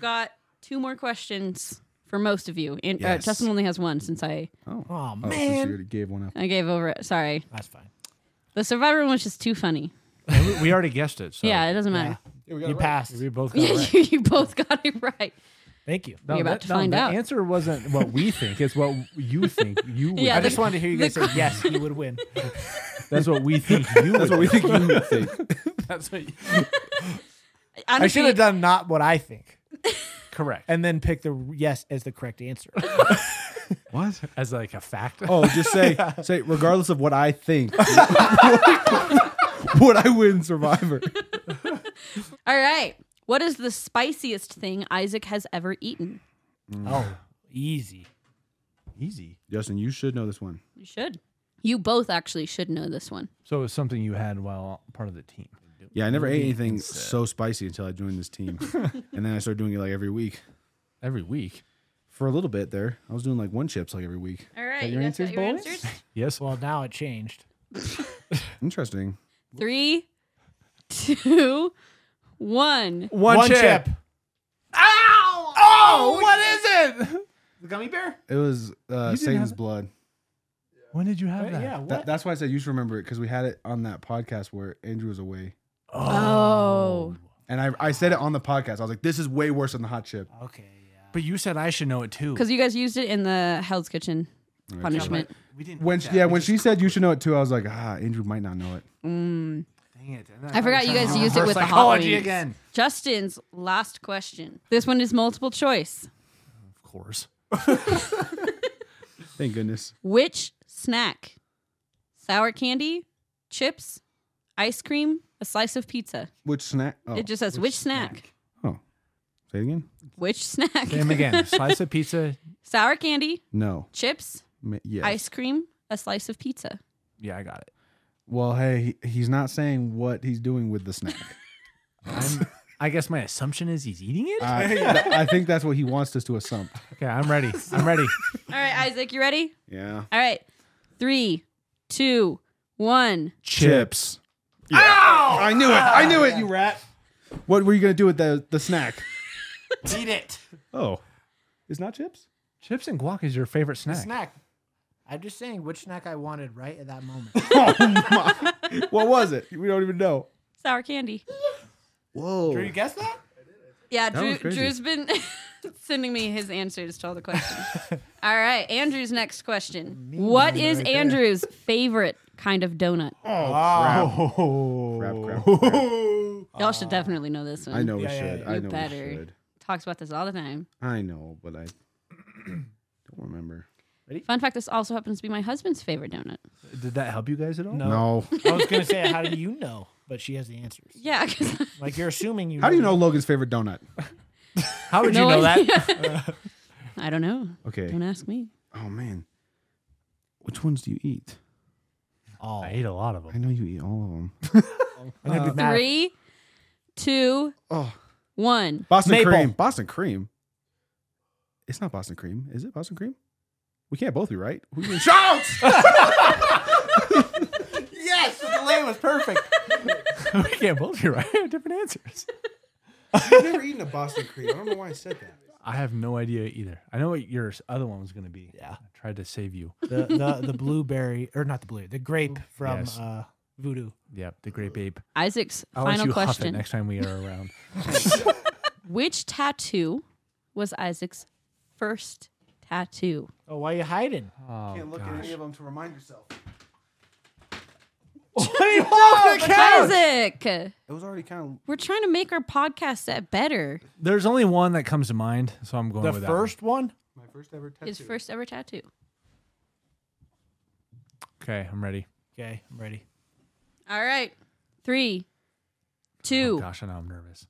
[SPEAKER 3] Got two more questions for most of you. And,
[SPEAKER 4] Yes.
[SPEAKER 3] uh, Justin only has one since I,
[SPEAKER 1] Oh
[SPEAKER 4] Oh, since you already
[SPEAKER 1] man,
[SPEAKER 4] gave one up.
[SPEAKER 3] I gave over it. Sorry.
[SPEAKER 1] that's fine.
[SPEAKER 3] The Survivor one was just too funny.
[SPEAKER 2] we, we already guessed it. So
[SPEAKER 3] Yeah, it doesn't matter.
[SPEAKER 1] Ah. You passed.
[SPEAKER 2] we both got
[SPEAKER 3] Yeah,
[SPEAKER 2] it Oh, right.
[SPEAKER 3] [laughs] you, you both got it right.
[SPEAKER 1] [laughs] Thank you.
[SPEAKER 2] No,
[SPEAKER 3] We're about
[SPEAKER 2] that-
[SPEAKER 3] to
[SPEAKER 2] no,
[SPEAKER 3] find
[SPEAKER 2] the
[SPEAKER 3] out.
[SPEAKER 2] answer wasn't what we think. It's what you think. You would.
[SPEAKER 3] [laughs] Yeah,
[SPEAKER 1] I
[SPEAKER 3] the-
[SPEAKER 1] just wanted to hear you guys say
[SPEAKER 3] the-
[SPEAKER 1] yes, he would [laughs] win.
[SPEAKER 2] That's what
[SPEAKER 3] [laughs]
[SPEAKER 2] we think. You would.
[SPEAKER 4] That's what we
[SPEAKER 1] [laughs]
[SPEAKER 4] think you think.
[SPEAKER 2] That's what you-
[SPEAKER 1] I
[SPEAKER 3] Honestly,
[SPEAKER 1] should have done not what I think,
[SPEAKER 2] [laughs] correct.
[SPEAKER 1] and then pick the yes as the correct answer.
[SPEAKER 4] What?
[SPEAKER 2] As like a fact.
[SPEAKER 4] Oh,
[SPEAKER 2] [laughs]
[SPEAKER 4] just say say regardless of what I think. [laughs] would I win Survivor?
[SPEAKER 3] All right. What is the spiciest thing Isaac has ever eaten?
[SPEAKER 2] Mm.
[SPEAKER 1] oh, easy.
[SPEAKER 2] easy.
[SPEAKER 4] Justin, you should know this one.
[SPEAKER 3] You should. You both actually should know this one.
[SPEAKER 2] So it's something you had while part of the team.
[SPEAKER 4] Yeah, I never ate anything so spicy until I joined this
[SPEAKER 2] [laughs]
[SPEAKER 4] team, and then I started doing it like every week.
[SPEAKER 2] Every week.
[SPEAKER 4] For a little bit there, I was doing like one chips like every week.
[SPEAKER 3] All right.
[SPEAKER 4] your
[SPEAKER 3] guys got
[SPEAKER 4] answers, boys?
[SPEAKER 2] Yes.
[SPEAKER 1] Well, now it changed.
[SPEAKER 4] Interesting.
[SPEAKER 3] Three, [laughs] two, one.
[SPEAKER 2] One,
[SPEAKER 1] Ow!
[SPEAKER 2] Oh, what is it?
[SPEAKER 1] The gummy bear?
[SPEAKER 4] It was
[SPEAKER 2] didn't
[SPEAKER 4] uh,
[SPEAKER 2] have
[SPEAKER 4] Satan's
[SPEAKER 2] it?
[SPEAKER 4] blood.
[SPEAKER 2] When did you have that?
[SPEAKER 1] Yeah. What?
[SPEAKER 4] That, that's why I said you should remember it because we had it on that podcast where Andrew was away,
[SPEAKER 3] Oh.
[SPEAKER 4] and I, I said it on the podcast. I was like, "This is way worse than the hot chip."
[SPEAKER 1] okay. Yeah.
[SPEAKER 2] But you said I should know it too.
[SPEAKER 3] Because you guys used it in the Hell's Kitchen punishment.
[SPEAKER 2] we didn't.
[SPEAKER 4] When
[SPEAKER 2] do
[SPEAKER 4] she,
[SPEAKER 2] that.
[SPEAKER 4] yeah,
[SPEAKER 2] We
[SPEAKER 4] when
[SPEAKER 2] just-
[SPEAKER 4] she said you should know it too, I was like, "Ah, Andrew might not know it."
[SPEAKER 3] Mm.
[SPEAKER 2] Dang it. And then
[SPEAKER 3] I forgot
[SPEAKER 2] was
[SPEAKER 3] you
[SPEAKER 2] trying to
[SPEAKER 3] guys
[SPEAKER 2] do
[SPEAKER 3] used it
[SPEAKER 2] reverse
[SPEAKER 3] with the hot
[SPEAKER 2] psychology
[SPEAKER 3] wings.
[SPEAKER 2] again.
[SPEAKER 3] Justin's last question. This one is multiple choice.
[SPEAKER 2] Of course.
[SPEAKER 4] Thank goodness.
[SPEAKER 3] Which snack? Sour candy, chips, ice cream, a slice of pizza.
[SPEAKER 4] Which snack? Oh,
[SPEAKER 3] it just says which, snack?
[SPEAKER 4] oh. say it again.
[SPEAKER 3] Which snack?
[SPEAKER 2] Same [laughs] again. Slice of pizza.
[SPEAKER 3] [laughs] Sour candy,
[SPEAKER 4] No.
[SPEAKER 3] chips,
[SPEAKER 4] Ma- Yes.
[SPEAKER 3] ice cream, a slice of pizza.
[SPEAKER 2] Yeah, I got it.
[SPEAKER 4] Well, hey, he, he's not saying what he's doing with the snack.
[SPEAKER 1] [laughs]
[SPEAKER 2] I'm, I guess my assumption is he's eating
[SPEAKER 1] Uh,
[SPEAKER 2] it.
[SPEAKER 4] I, I think that's what he wants us to assume.
[SPEAKER 2] okay,
[SPEAKER 1] [laughs]
[SPEAKER 2] I'm ready. I'm ready.
[SPEAKER 3] All right, Isaac, you ready?
[SPEAKER 4] Yeah.
[SPEAKER 3] All right. Three, two, one.
[SPEAKER 4] Chips. Ow! I knew it. I knew it, you rat. What were you going to do with the, the snack?
[SPEAKER 1] Eat it.
[SPEAKER 4] Oh. It's not chips?
[SPEAKER 2] Chips and guac is your favorite
[SPEAKER 1] [laughs]
[SPEAKER 2] snack.
[SPEAKER 1] Snack. I'm just saying which snack I wanted right at that [laughs] moment.
[SPEAKER 4] Oh, my. What was it? We don't even know.
[SPEAKER 3] Sour candy.
[SPEAKER 4] Whoa.
[SPEAKER 1] Did you guess that?
[SPEAKER 3] Yeah,
[SPEAKER 4] That
[SPEAKER 3] Drew,
[SPEAKER 4] one's crazy.
[SPEAKER 3] Drew's been [laughs] sending me his answers to all the questions. all right, Andrew's next question. What is Andrew's favorite kind of donut?
[SPEAKER 1] Oh.
[SPEAKER 4] Crap, crap, crap.
[SPEAKER 3] Y'all should definitely know this one.
[SPEAKER 4] I know we
[SPEAKER 1] Yeah, yeah,
[SPEAKER 4] should.
[SPEAKER 1] yeah.
[SPEAKER 4] I
[SPEAKER 3] You
[SPEAKER 4] know
[SPEAKER 3] better.
[SPEAKER 4] we should.
[SPEAKER 3] Talks about this all the time.
[SPEAKER 4] I know, but I [clears throat] don't remember.
[SPEAKER 3] Fun fact: This also happens to be my husband's favorite donut.
[SPEAKER 2] Did that help you guys at all?
[SPEAKER 1] No.
[SPEAKER 4] No.
[SPEAKER 1] I was going to say, how do you know? But she has the answers.
[SPEAKER 3] [laughs] Yeah, because
[SPEAKER 1] Like, you're assuming you.
[SPEAKER 4] How do you know Logan's favorite donut?
[SPEAKER 2] How would you know that?
[SPEAKER 3] [laughs] I don't know.
[SPEAKER 4] Okay.
[SPEAKER 3] Don't ask me.
[SPEAKER 4] Oh, man. Which ones do you eat?
[SPEAKER 1] all? Uh,
[SPEAKER 2] [laughs] I ate a lot of
[SPEAKER 4] I
[SPEAKER 2] them.
[SPEAKER 4] know you eat all of them.
[SPEAKER 1] I'm going to be mad.
[SPEAKER 3] Three, two,
[SPEAKER 4] Oh.
[SPEAKER 3] one.
[SPEAKER 4] Boston
[SPEAKER 1] Maple.
[SPEAKER 4] cream. Boston cream. It's not Boston cream, is it? Boston cream. We can't both be right. Who [laughs] you-
[SPEAKER 1] Yes, the delay was perfect.
[SPEAKER 2] [laughs] we can't both be right. Different answers.
[SPEAKER 4] I've never eaten a Boston cream. I don't know why I said that.
[SPEAKER 2] I have no idea either. I know what your s- other one was going to be.
[SPEAKER 1] Yeah.
[SPEAKER 2] I tried to save you.
[SPEAKER 1] The the, the blueberry or not the blue, the grape from
[SPEAKER 2] Yes.
[SPEAKER 1] uh, Voodoo.
[SPEAKER 2] Yep, the grape ape.
[SPEAKER 3] Isaac's
[SPEAKER 2] I'll let
[SPEAKER 3] final
[SPEAKER 2] you [laughs] huff it
[SPEAKER 3] question:
[SPEAKER 2] next time we are around.
[SPEAKER 3] Which tattoo was Isaac's first tattoo?
[SPEAKER 1] Oh, why you [laughs] hiding?
[SPEAKER 2] Oh,
[SPEAKER 4] Can't look at
[SPEAKER 2] gosh.
[SPEAKER 4] any of them to remind yourself.
[SPEAKER 1] [laughs]
[SPEAKER 3] Isaac,
[SPEAKER 4] It was already kind of.
[SPEAKER 3] we're trying to make our podcast set better.
[SPEAKER 2] There's only one that comes to mind, so I'm going
[SPEAKER 1] The
[SPEAKER 2] with
[SPEAKER 1] first one?
[SPEAKER 4] My first ever tattoo.
[SPEAKER 3] His first ever tattoo.
[SPEAKER 2] that one. Okay, I'm ready.
[SPEAKER 1] Okay, I'm ready.
[SPEAKER 3] All right, three,
[SPEAKER 2] Oh,
[SPEAKER 3] two, one.
[SPEAKER 2] gosh, I know I'm nervous.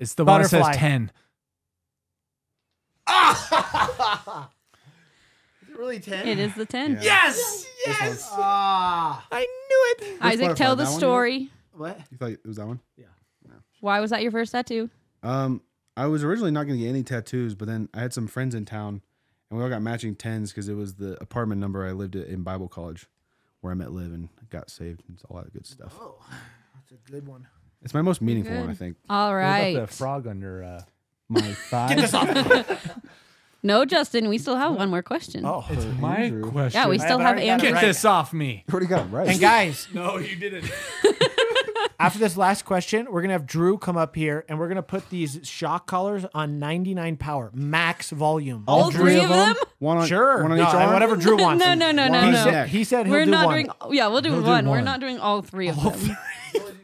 [SPEAKER 2] It's the one that
[SPEAKER 1] Butterfly.
[SPEAKER 2] says 10.
[SPEAKER 1] Really ten?
[SPEAKER 3] It is the ten.
[SPEAKER 1] Yes! Yes! Ah, I knew it.
[SPEAKER 3] Isaac, tell the
[SPEAKER 4] That one?
[SPEAKER 3] story.
[SPEAKER 1] What?
[SPEAKER 4] You thought it was that one?
[SPEAKER 3] Why was that your first tattoo?
[SPEAKER 4] Um, I was originally not going to get any tattoos, but then I had some friends in town, and we all got matching tens because it was the apartment number I lived at in Bible college, where I met Liv and got saved and all that good stuff.
[SPEAKER 1] Oh, that's a good one.
[SPEAKER 4] It's my most meaningful one,
[SPEAKER 3] Good. [laughs]
[SPEAKER 4] I think.
[SPEAKER 3] All right.
[SPEAKER 2] the frog on your uh,
[SPEAKER 4] My thigh.
[SPEAKER 3] no, Justin, we still have one more question.
[SPEAKER 1] Oh,
[SPEAKER 2] my
[SPEAKER 4] Andrew.
[SPEAKER 2] question.
[SPEAKER 3] yeah, we
[SPEAKER 1] I
[SPEAKER 3] still have
[SPEAKER 1] already got it
[SPEAKER 3] Andrew.
[SPEAKER 2] Get
[SPEAKER 1] Right.
[SPEAKER 2] this off me.
[SPEAKER 4] You already got it
[SPEAKER 2] [laughs]
[SPEAKER 4] right.
[SPEAKER 1] And guys,
[SPEAKER 2] No, you didn't.
[SPEAKER 1] [laughs] after this last question, we're gonna have Drew come up here and we're gonna put these shock collars on 99 power, max volume.
[SPEAKER 3] All three of them?
[SPEAKER 4] Oh, One on,
[SPEAKER 1] sure.
[SPEAKER 4] One on
[SPEAKER 1] No,
[SPEAKER 4] each arm.
[SPEAKER 1] Whatever Drew wants.
[SPEAKER 3] [laughs] No, no, no, no,
[SPEAKER 1] he
[SPEAKER 3] no.
[SPEAKER 1] Said, he said he'll
[SPEAKER 3] We're
[SPEAKER 1] do
[SPEAKER 3] not
[SPEAKER 1] one.
[SPEAKER 3] doing. Yeah, we'll do
[SPEAKER 2] He'll do
[SPEAKER 3] one. We're
[SPEAKER 2] one.
[SPEAKER 3] not doing all three of them.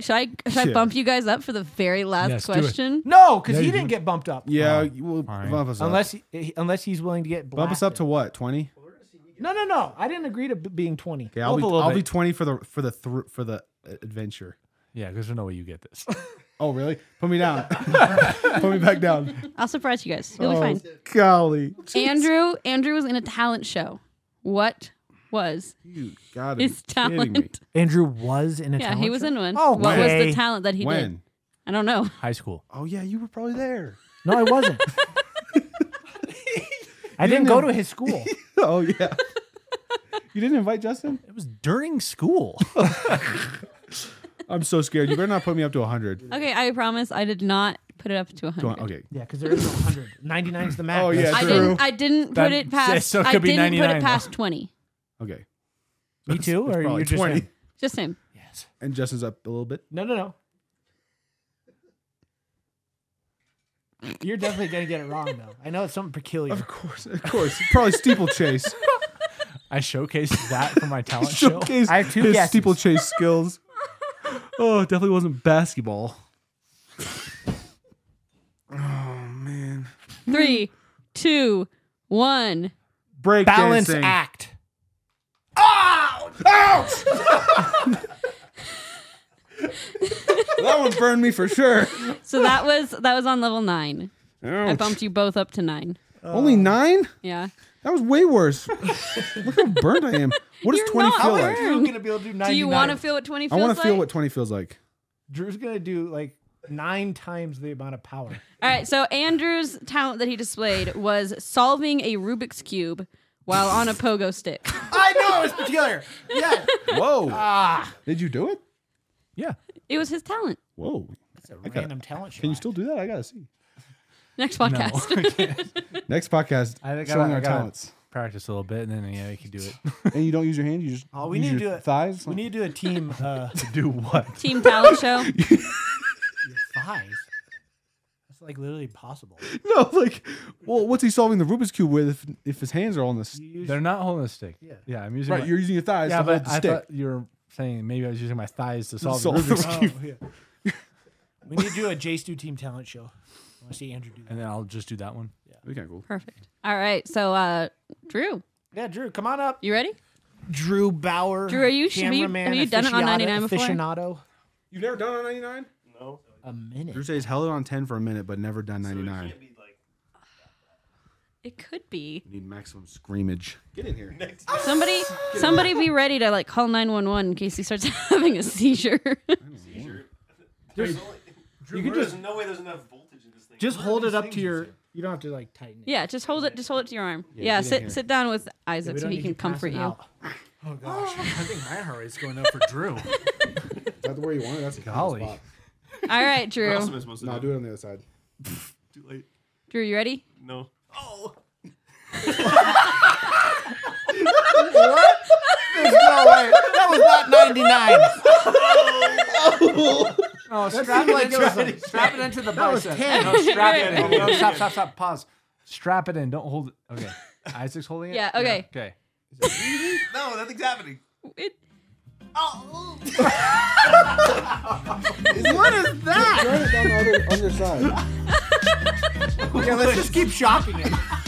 [SPEAKER 3] should I should I
[SPEAKER 4] Shit.
[SPEAKER 3] bump you guys up for the very last
[SPEAKER 2] Yes, do it.
[SPEAKER 3] question?
[SPEAKER 1] No, because
[SPEAKER 2] Yeah,
[SPEAKER 1] he
[SPEAKER 2] you
[SPEAKER 1] didn't
[SPEAKER 2] do.
[SPEAKER 1] get bumped up.
[SPEAKER 4] Yeah. you- Well,
[SPEAKER 2] Fine.
[SPEAKER 4] bump us up.
[SPEAKER 1] Unless he, unless he's willing to get blasted.
[SPEAKER 4] bump us up to what? Twenty.
[SPEAKER 1] no no no. I didn't agree to b- being twenty.
[SPEAKER 4] Okay, I'll
[SPEAKER 1] Up
[SPEAKER 4] be
[SPEAKER 1] a little
[SPEAKER 4] I'll be
[SPEAKER 1] bit.
[SPEAKER 4] twenty for the for the thr for the uh, adventure.
[SPEAKER 2] Yeah, because there's no way you get this.
[SPEAKER 4] Oh really? Put
[SPEAKER 1] [laughs]
[SPEAKER 4] me down. [laughs] Put me back down. Oh,
[SPEAKER 3] I'll surprise you guys.
[SPEAKER 2] Oh,
[SPEAKER 3] You'll be fine.
[SPEAKER 4] Golly,
[SPEAKER 3] Andrew, Andrew was in a talent show. What was
[SPEAKER 4] you gotta
[SPEAKER 3] his
[SPEAKER 4] be kidding me.
[SPEAKER 1] [laughs]
[SPEAKER 3] talent?
[SPEAKER 1] Andrew was in a.
[SPEAKER 3] Yeah,
[SPEAKER 1] talent
[SPEAKER 3] he was
[SPEAKER 1] show?
[SPEAKER 3] in one.
[SPEAKER 1] Oh,
[SPEAKER 3] what was the
[SPEAKER 1] okay.
[SPEAKER 3] talent that he did?
[SPEAKER 4] When?
[SPEAKER 3] I don't know. [laughs]
[SPEAKER 2] High school.
[SPEAKER 4] Oh yeah, you were probably there. [laughs]
[SPEAKER 1] No, I wasn't. I didn't go to his
[SPEAKER 4] [laughs]
[SPEAKER 1] school.
[SPEAKER 4] oh
[SPEAKER 1] [laughs]
[SPEAKER 4] yeah. you didn't invite Justin?
[SPEAKER 2] It was during school.
[SPEAKER 4] I'm so scared. You better not put me up to
[SPEAKER 1] [laughs]
[SPEAKER 4] hundred.
[SPEAKER 3] Okay, I promise I did not put it up to 100.
[SPEAKER 4] Okay.
[SPEAKER 1] Yeah, because there is no 100. 99 is the max.
[SPEAKER 4] Oh, yeah,
[SPEAKER 3] I
[SPEAKER 4] True.
[SPEAKER 3] didn't. I didn't put
[SPEAKER 2] That-
[SPEAKER 3] it past.
[SPEAKER 2] so it
[SPEAKER 3] I
[SPEAKER 2] could be
[SPEAKER 3] didn't put
[SPEAKER 2] 99
[SPEAKER 3] it
[SPEAKER 2] though.
[SPEAKER 3] past 20.
[SPEAKER 4] Okay.
[SPEAKER 1] Me too?
[SPEAKER 4] It's
[SPEAKER 1] Or
[SPEAKER 4] probably
[SPEAKER 1] you're just
[SPEAKER 4] 20.
[SPEAKER 1] him?
[SPEAKER 3] Just him.
[SPEAKER 1] Yes.
[SPEAKER 4] And Justin's up a little bit.
[SPEAKER 1] No, no, no. You're definitely going to get it wrong, though. I know it's something peculiar.
[SPEAKER 4] Of course, [laughs] of course.
[SPEAKER 1] [laughs]
[SPEAKER 4] Probably steeplechase.
[SPEAKER 2] I showcased that for my talent show.
[SPEAKER 4] Showcase
[SPEAKER 1] I have two
[SPEAKER 4] his
[SPEAKER 1] guesses.
[SPEAKER 4] steeplechase
[SPEAKER 1] [laughs]
[SPEAKER 4] skills. Oh, it definitely wasn't basketball.
[SPEAKER 1] [laughs]
[SPEAKER 3] Three, two, one.
[SPEAKER 4] Break
[SPEAKER 1] Balance
[SPEAKER 4] dancing.
[SPEAKER 1] act.
[SPEAKER 4] [laughs] That one burned me for sure.
[SPEAKER 3] So that was that was on level nine. I bumped you both up to nine.
[SPEAKER 1] Oh.
[SPEAKER 4] Only nine?
[SPEAKER 3] Yeah.
[SPEAKER 4] That was way worse. [laughs] Look how burned I am. What does
[SPEAKER 3] You're
[SPEAKER 4] twenty
[SPEAKER 3] not
[SPEAKER 4] feel
[SPEAKER 3] burned.
[SPEAKER 4] like?
[SPEAKER 1] Drew's going to be able to do 99.
[SPEAKER 3] Oh, Do you want to feel what twenty
[SPEAKER 4] I
[SPEAKER 3] feels
[SPEAKER 4] want
[SPEAKER 3] like?
[SPEAKER 4] to feel what twenty feels like.
[SPEAKER 1] Drew's going to do like nine times the amount of power.
[SPEAKER 3] All right. So Andrew's talent that he displayed was solving a Rubik's cube while on a pogo stick.
[SPEAKER 1] I know it's peculiar. Yeah.
[SPEAKER 4] [laughs] Whoa!
[SPEAKER 1] Ah.
[SPEAKER 4] Did you do it?
[SPEAKER 2] Yeah.
[SPEAKER 3] It was his talent.
[SPEAKER 4] Whoa!
[SPEAKER 1] It's a random talent show.
[SPEAKER 4] Can you still do that? I gotta see.
[SPEAKER 3] Next podcast.
[SPEAKER 5] [laughs]
[SPEAKER 4] Next podcast,
[SPEAKER 2] I think I gotta-
[SPEAKER 4] showing our
[SPEAKER 2] I gotta-
[SPEAKER 4] talents.
[SPEAKER 2] Practice a little bit, and then yeah, you can do it.
[SPEAKER 4] and you don't use your hand. You just
[SPEAKER 1] Oh, we
[SPEAKER 4] use
[SPEAKER 1] need to
[SPEAKER 4] your
[SPEAKER 1] do it.
[SPEAKER 4] thighs.
[SPEAKER 1] we need to do a team uh,
[SPEAKER 2] [laughs] do what?
[SPEAKER 3] Team talent
[SPEAKER 5] [laughs]
[SPEAKER 3] show.
[SPEAKER 1] thighs. That's like literally impossible.
[SPEAKER 4] [laughs] no, like, well, what's he solving the Rubik's cube with if, if his hands are on the s-
[SPEAKER 2] They're not holding a stick. Yeah. Yeah, I'm using.
[SPEAKER 4] right?
[SPEAKER 2] my-
[SPEAKER 4] You're using your thighs
[SPEAKER 2] yeah,
[SPEAKER 4] to hold
[SPEAKER 2] but
[SPEAKER 4] the
[SPEAKER 2] I
[SPEAKER 4] stick.
[SPEAKER 2] thought you were saying maybe I was using my thighs to solve,
[SPEAKER 4] Solve
[SPEAKER 2] the
[SPEAKER 4] the
[SPEAKER 2] Rubik's
[SPEAKER 4] [laughs] Rubik's
[SPEAKER 2] cube.
[SPEAKER 1] Oh, yeah. We need to do a J Stu team talent show. I want to see Andrew do that.
[SPEAKER 2] And then I'll just do that one. Yeah.
[SPEAKER 4] Okay, cool.
[SPEAKER 3] Perfect. All right. So uh Drew,
[SPEAKER 1] Yeah, Drew, come on up.
[SPEAKER 3] you ready?
[SPEAKER 1] Drew Bauer.
[SPEAKER 3] Drew, are you- have you-
[SPEAKER 1] cameraman,
[SPEAKER 3] have you done it on
[SPEAKER 1] aficionado-
[SPEAKER 3] 99 before?
[SPEAKER 1] Aficionado.
[SPEAKER 4] You've never done on 99?
[SPEAKER 1] A minute.
[SPEAKER 4] Drew says held it on 10 for a minute, but never done 99.
[SPEAKER 3] It could be.
[SPEAKER 4] need maximum screamage. Get in here.
[SPEAKER 3] Somebody somebody be ready to like call 911 in case he starts [laughs] having a seizure.
[SPEAKER 1] you can
[SPEAKER 5] There's
[SPEAKER 1] just
[SPEAKER 5] no way there's enough voltage in this thing.
[SPEAKER 1] just hold it up to your. You don't have to like tighten it.
[SPEAKER 3] [laughs] yeah, just hold it just hold it to your arm. Yeah, sit sit down with Isaac so he can comfort you.
[SPEAKER 2] Oh gosh, I think my heart rate's going up for Drew. [laughs]
[SPEAKER 4] Is that the way you want it? That's a
[SPEAKER 2] Golly.
[SPEAKER 3] All
[SPEAKER 5] [laughs]
[SPEAKER 3] right, Drew.
[SPEAKER 5] What else am I supposed to
[SPEAKER 4] No,
[SPEAKER 5] do?
[SPEAKER 4] do it on the other side.
[SPEAKER 5] Too late.
[SPEAKER 3] Drew, you ready?
[SPEAKER 5] No. [laughs] Oh.
[SPEAKER 1] No way. That was not
[SPEAKER 2] [laughs]
[SPEAKER 1] 99.
[SPEAKER 6] Oh, strap it
[SPEAKER 5] [laughs]
[SPEAKER 6] into the- strap it into the bicep. No, strap it in. No, stop, stop, stop. Pause.
[SPEAKER 2] Strap it in. Don't hold it. Okay.
[SPEAKER 3] [laughs]
[SPEAKER 2] Isaac's holding it?
[SPEAKER 3] Yeah, okay.
[SPEAKER 2] Okay.
[SPEAKER 5] No, nothing's happening.
[SPEAKER 3] It-
[SPEAKER 4] what is that? Turn it down the other, on your side.
[SPEAKER 1] Okay, let's just keep shocking it.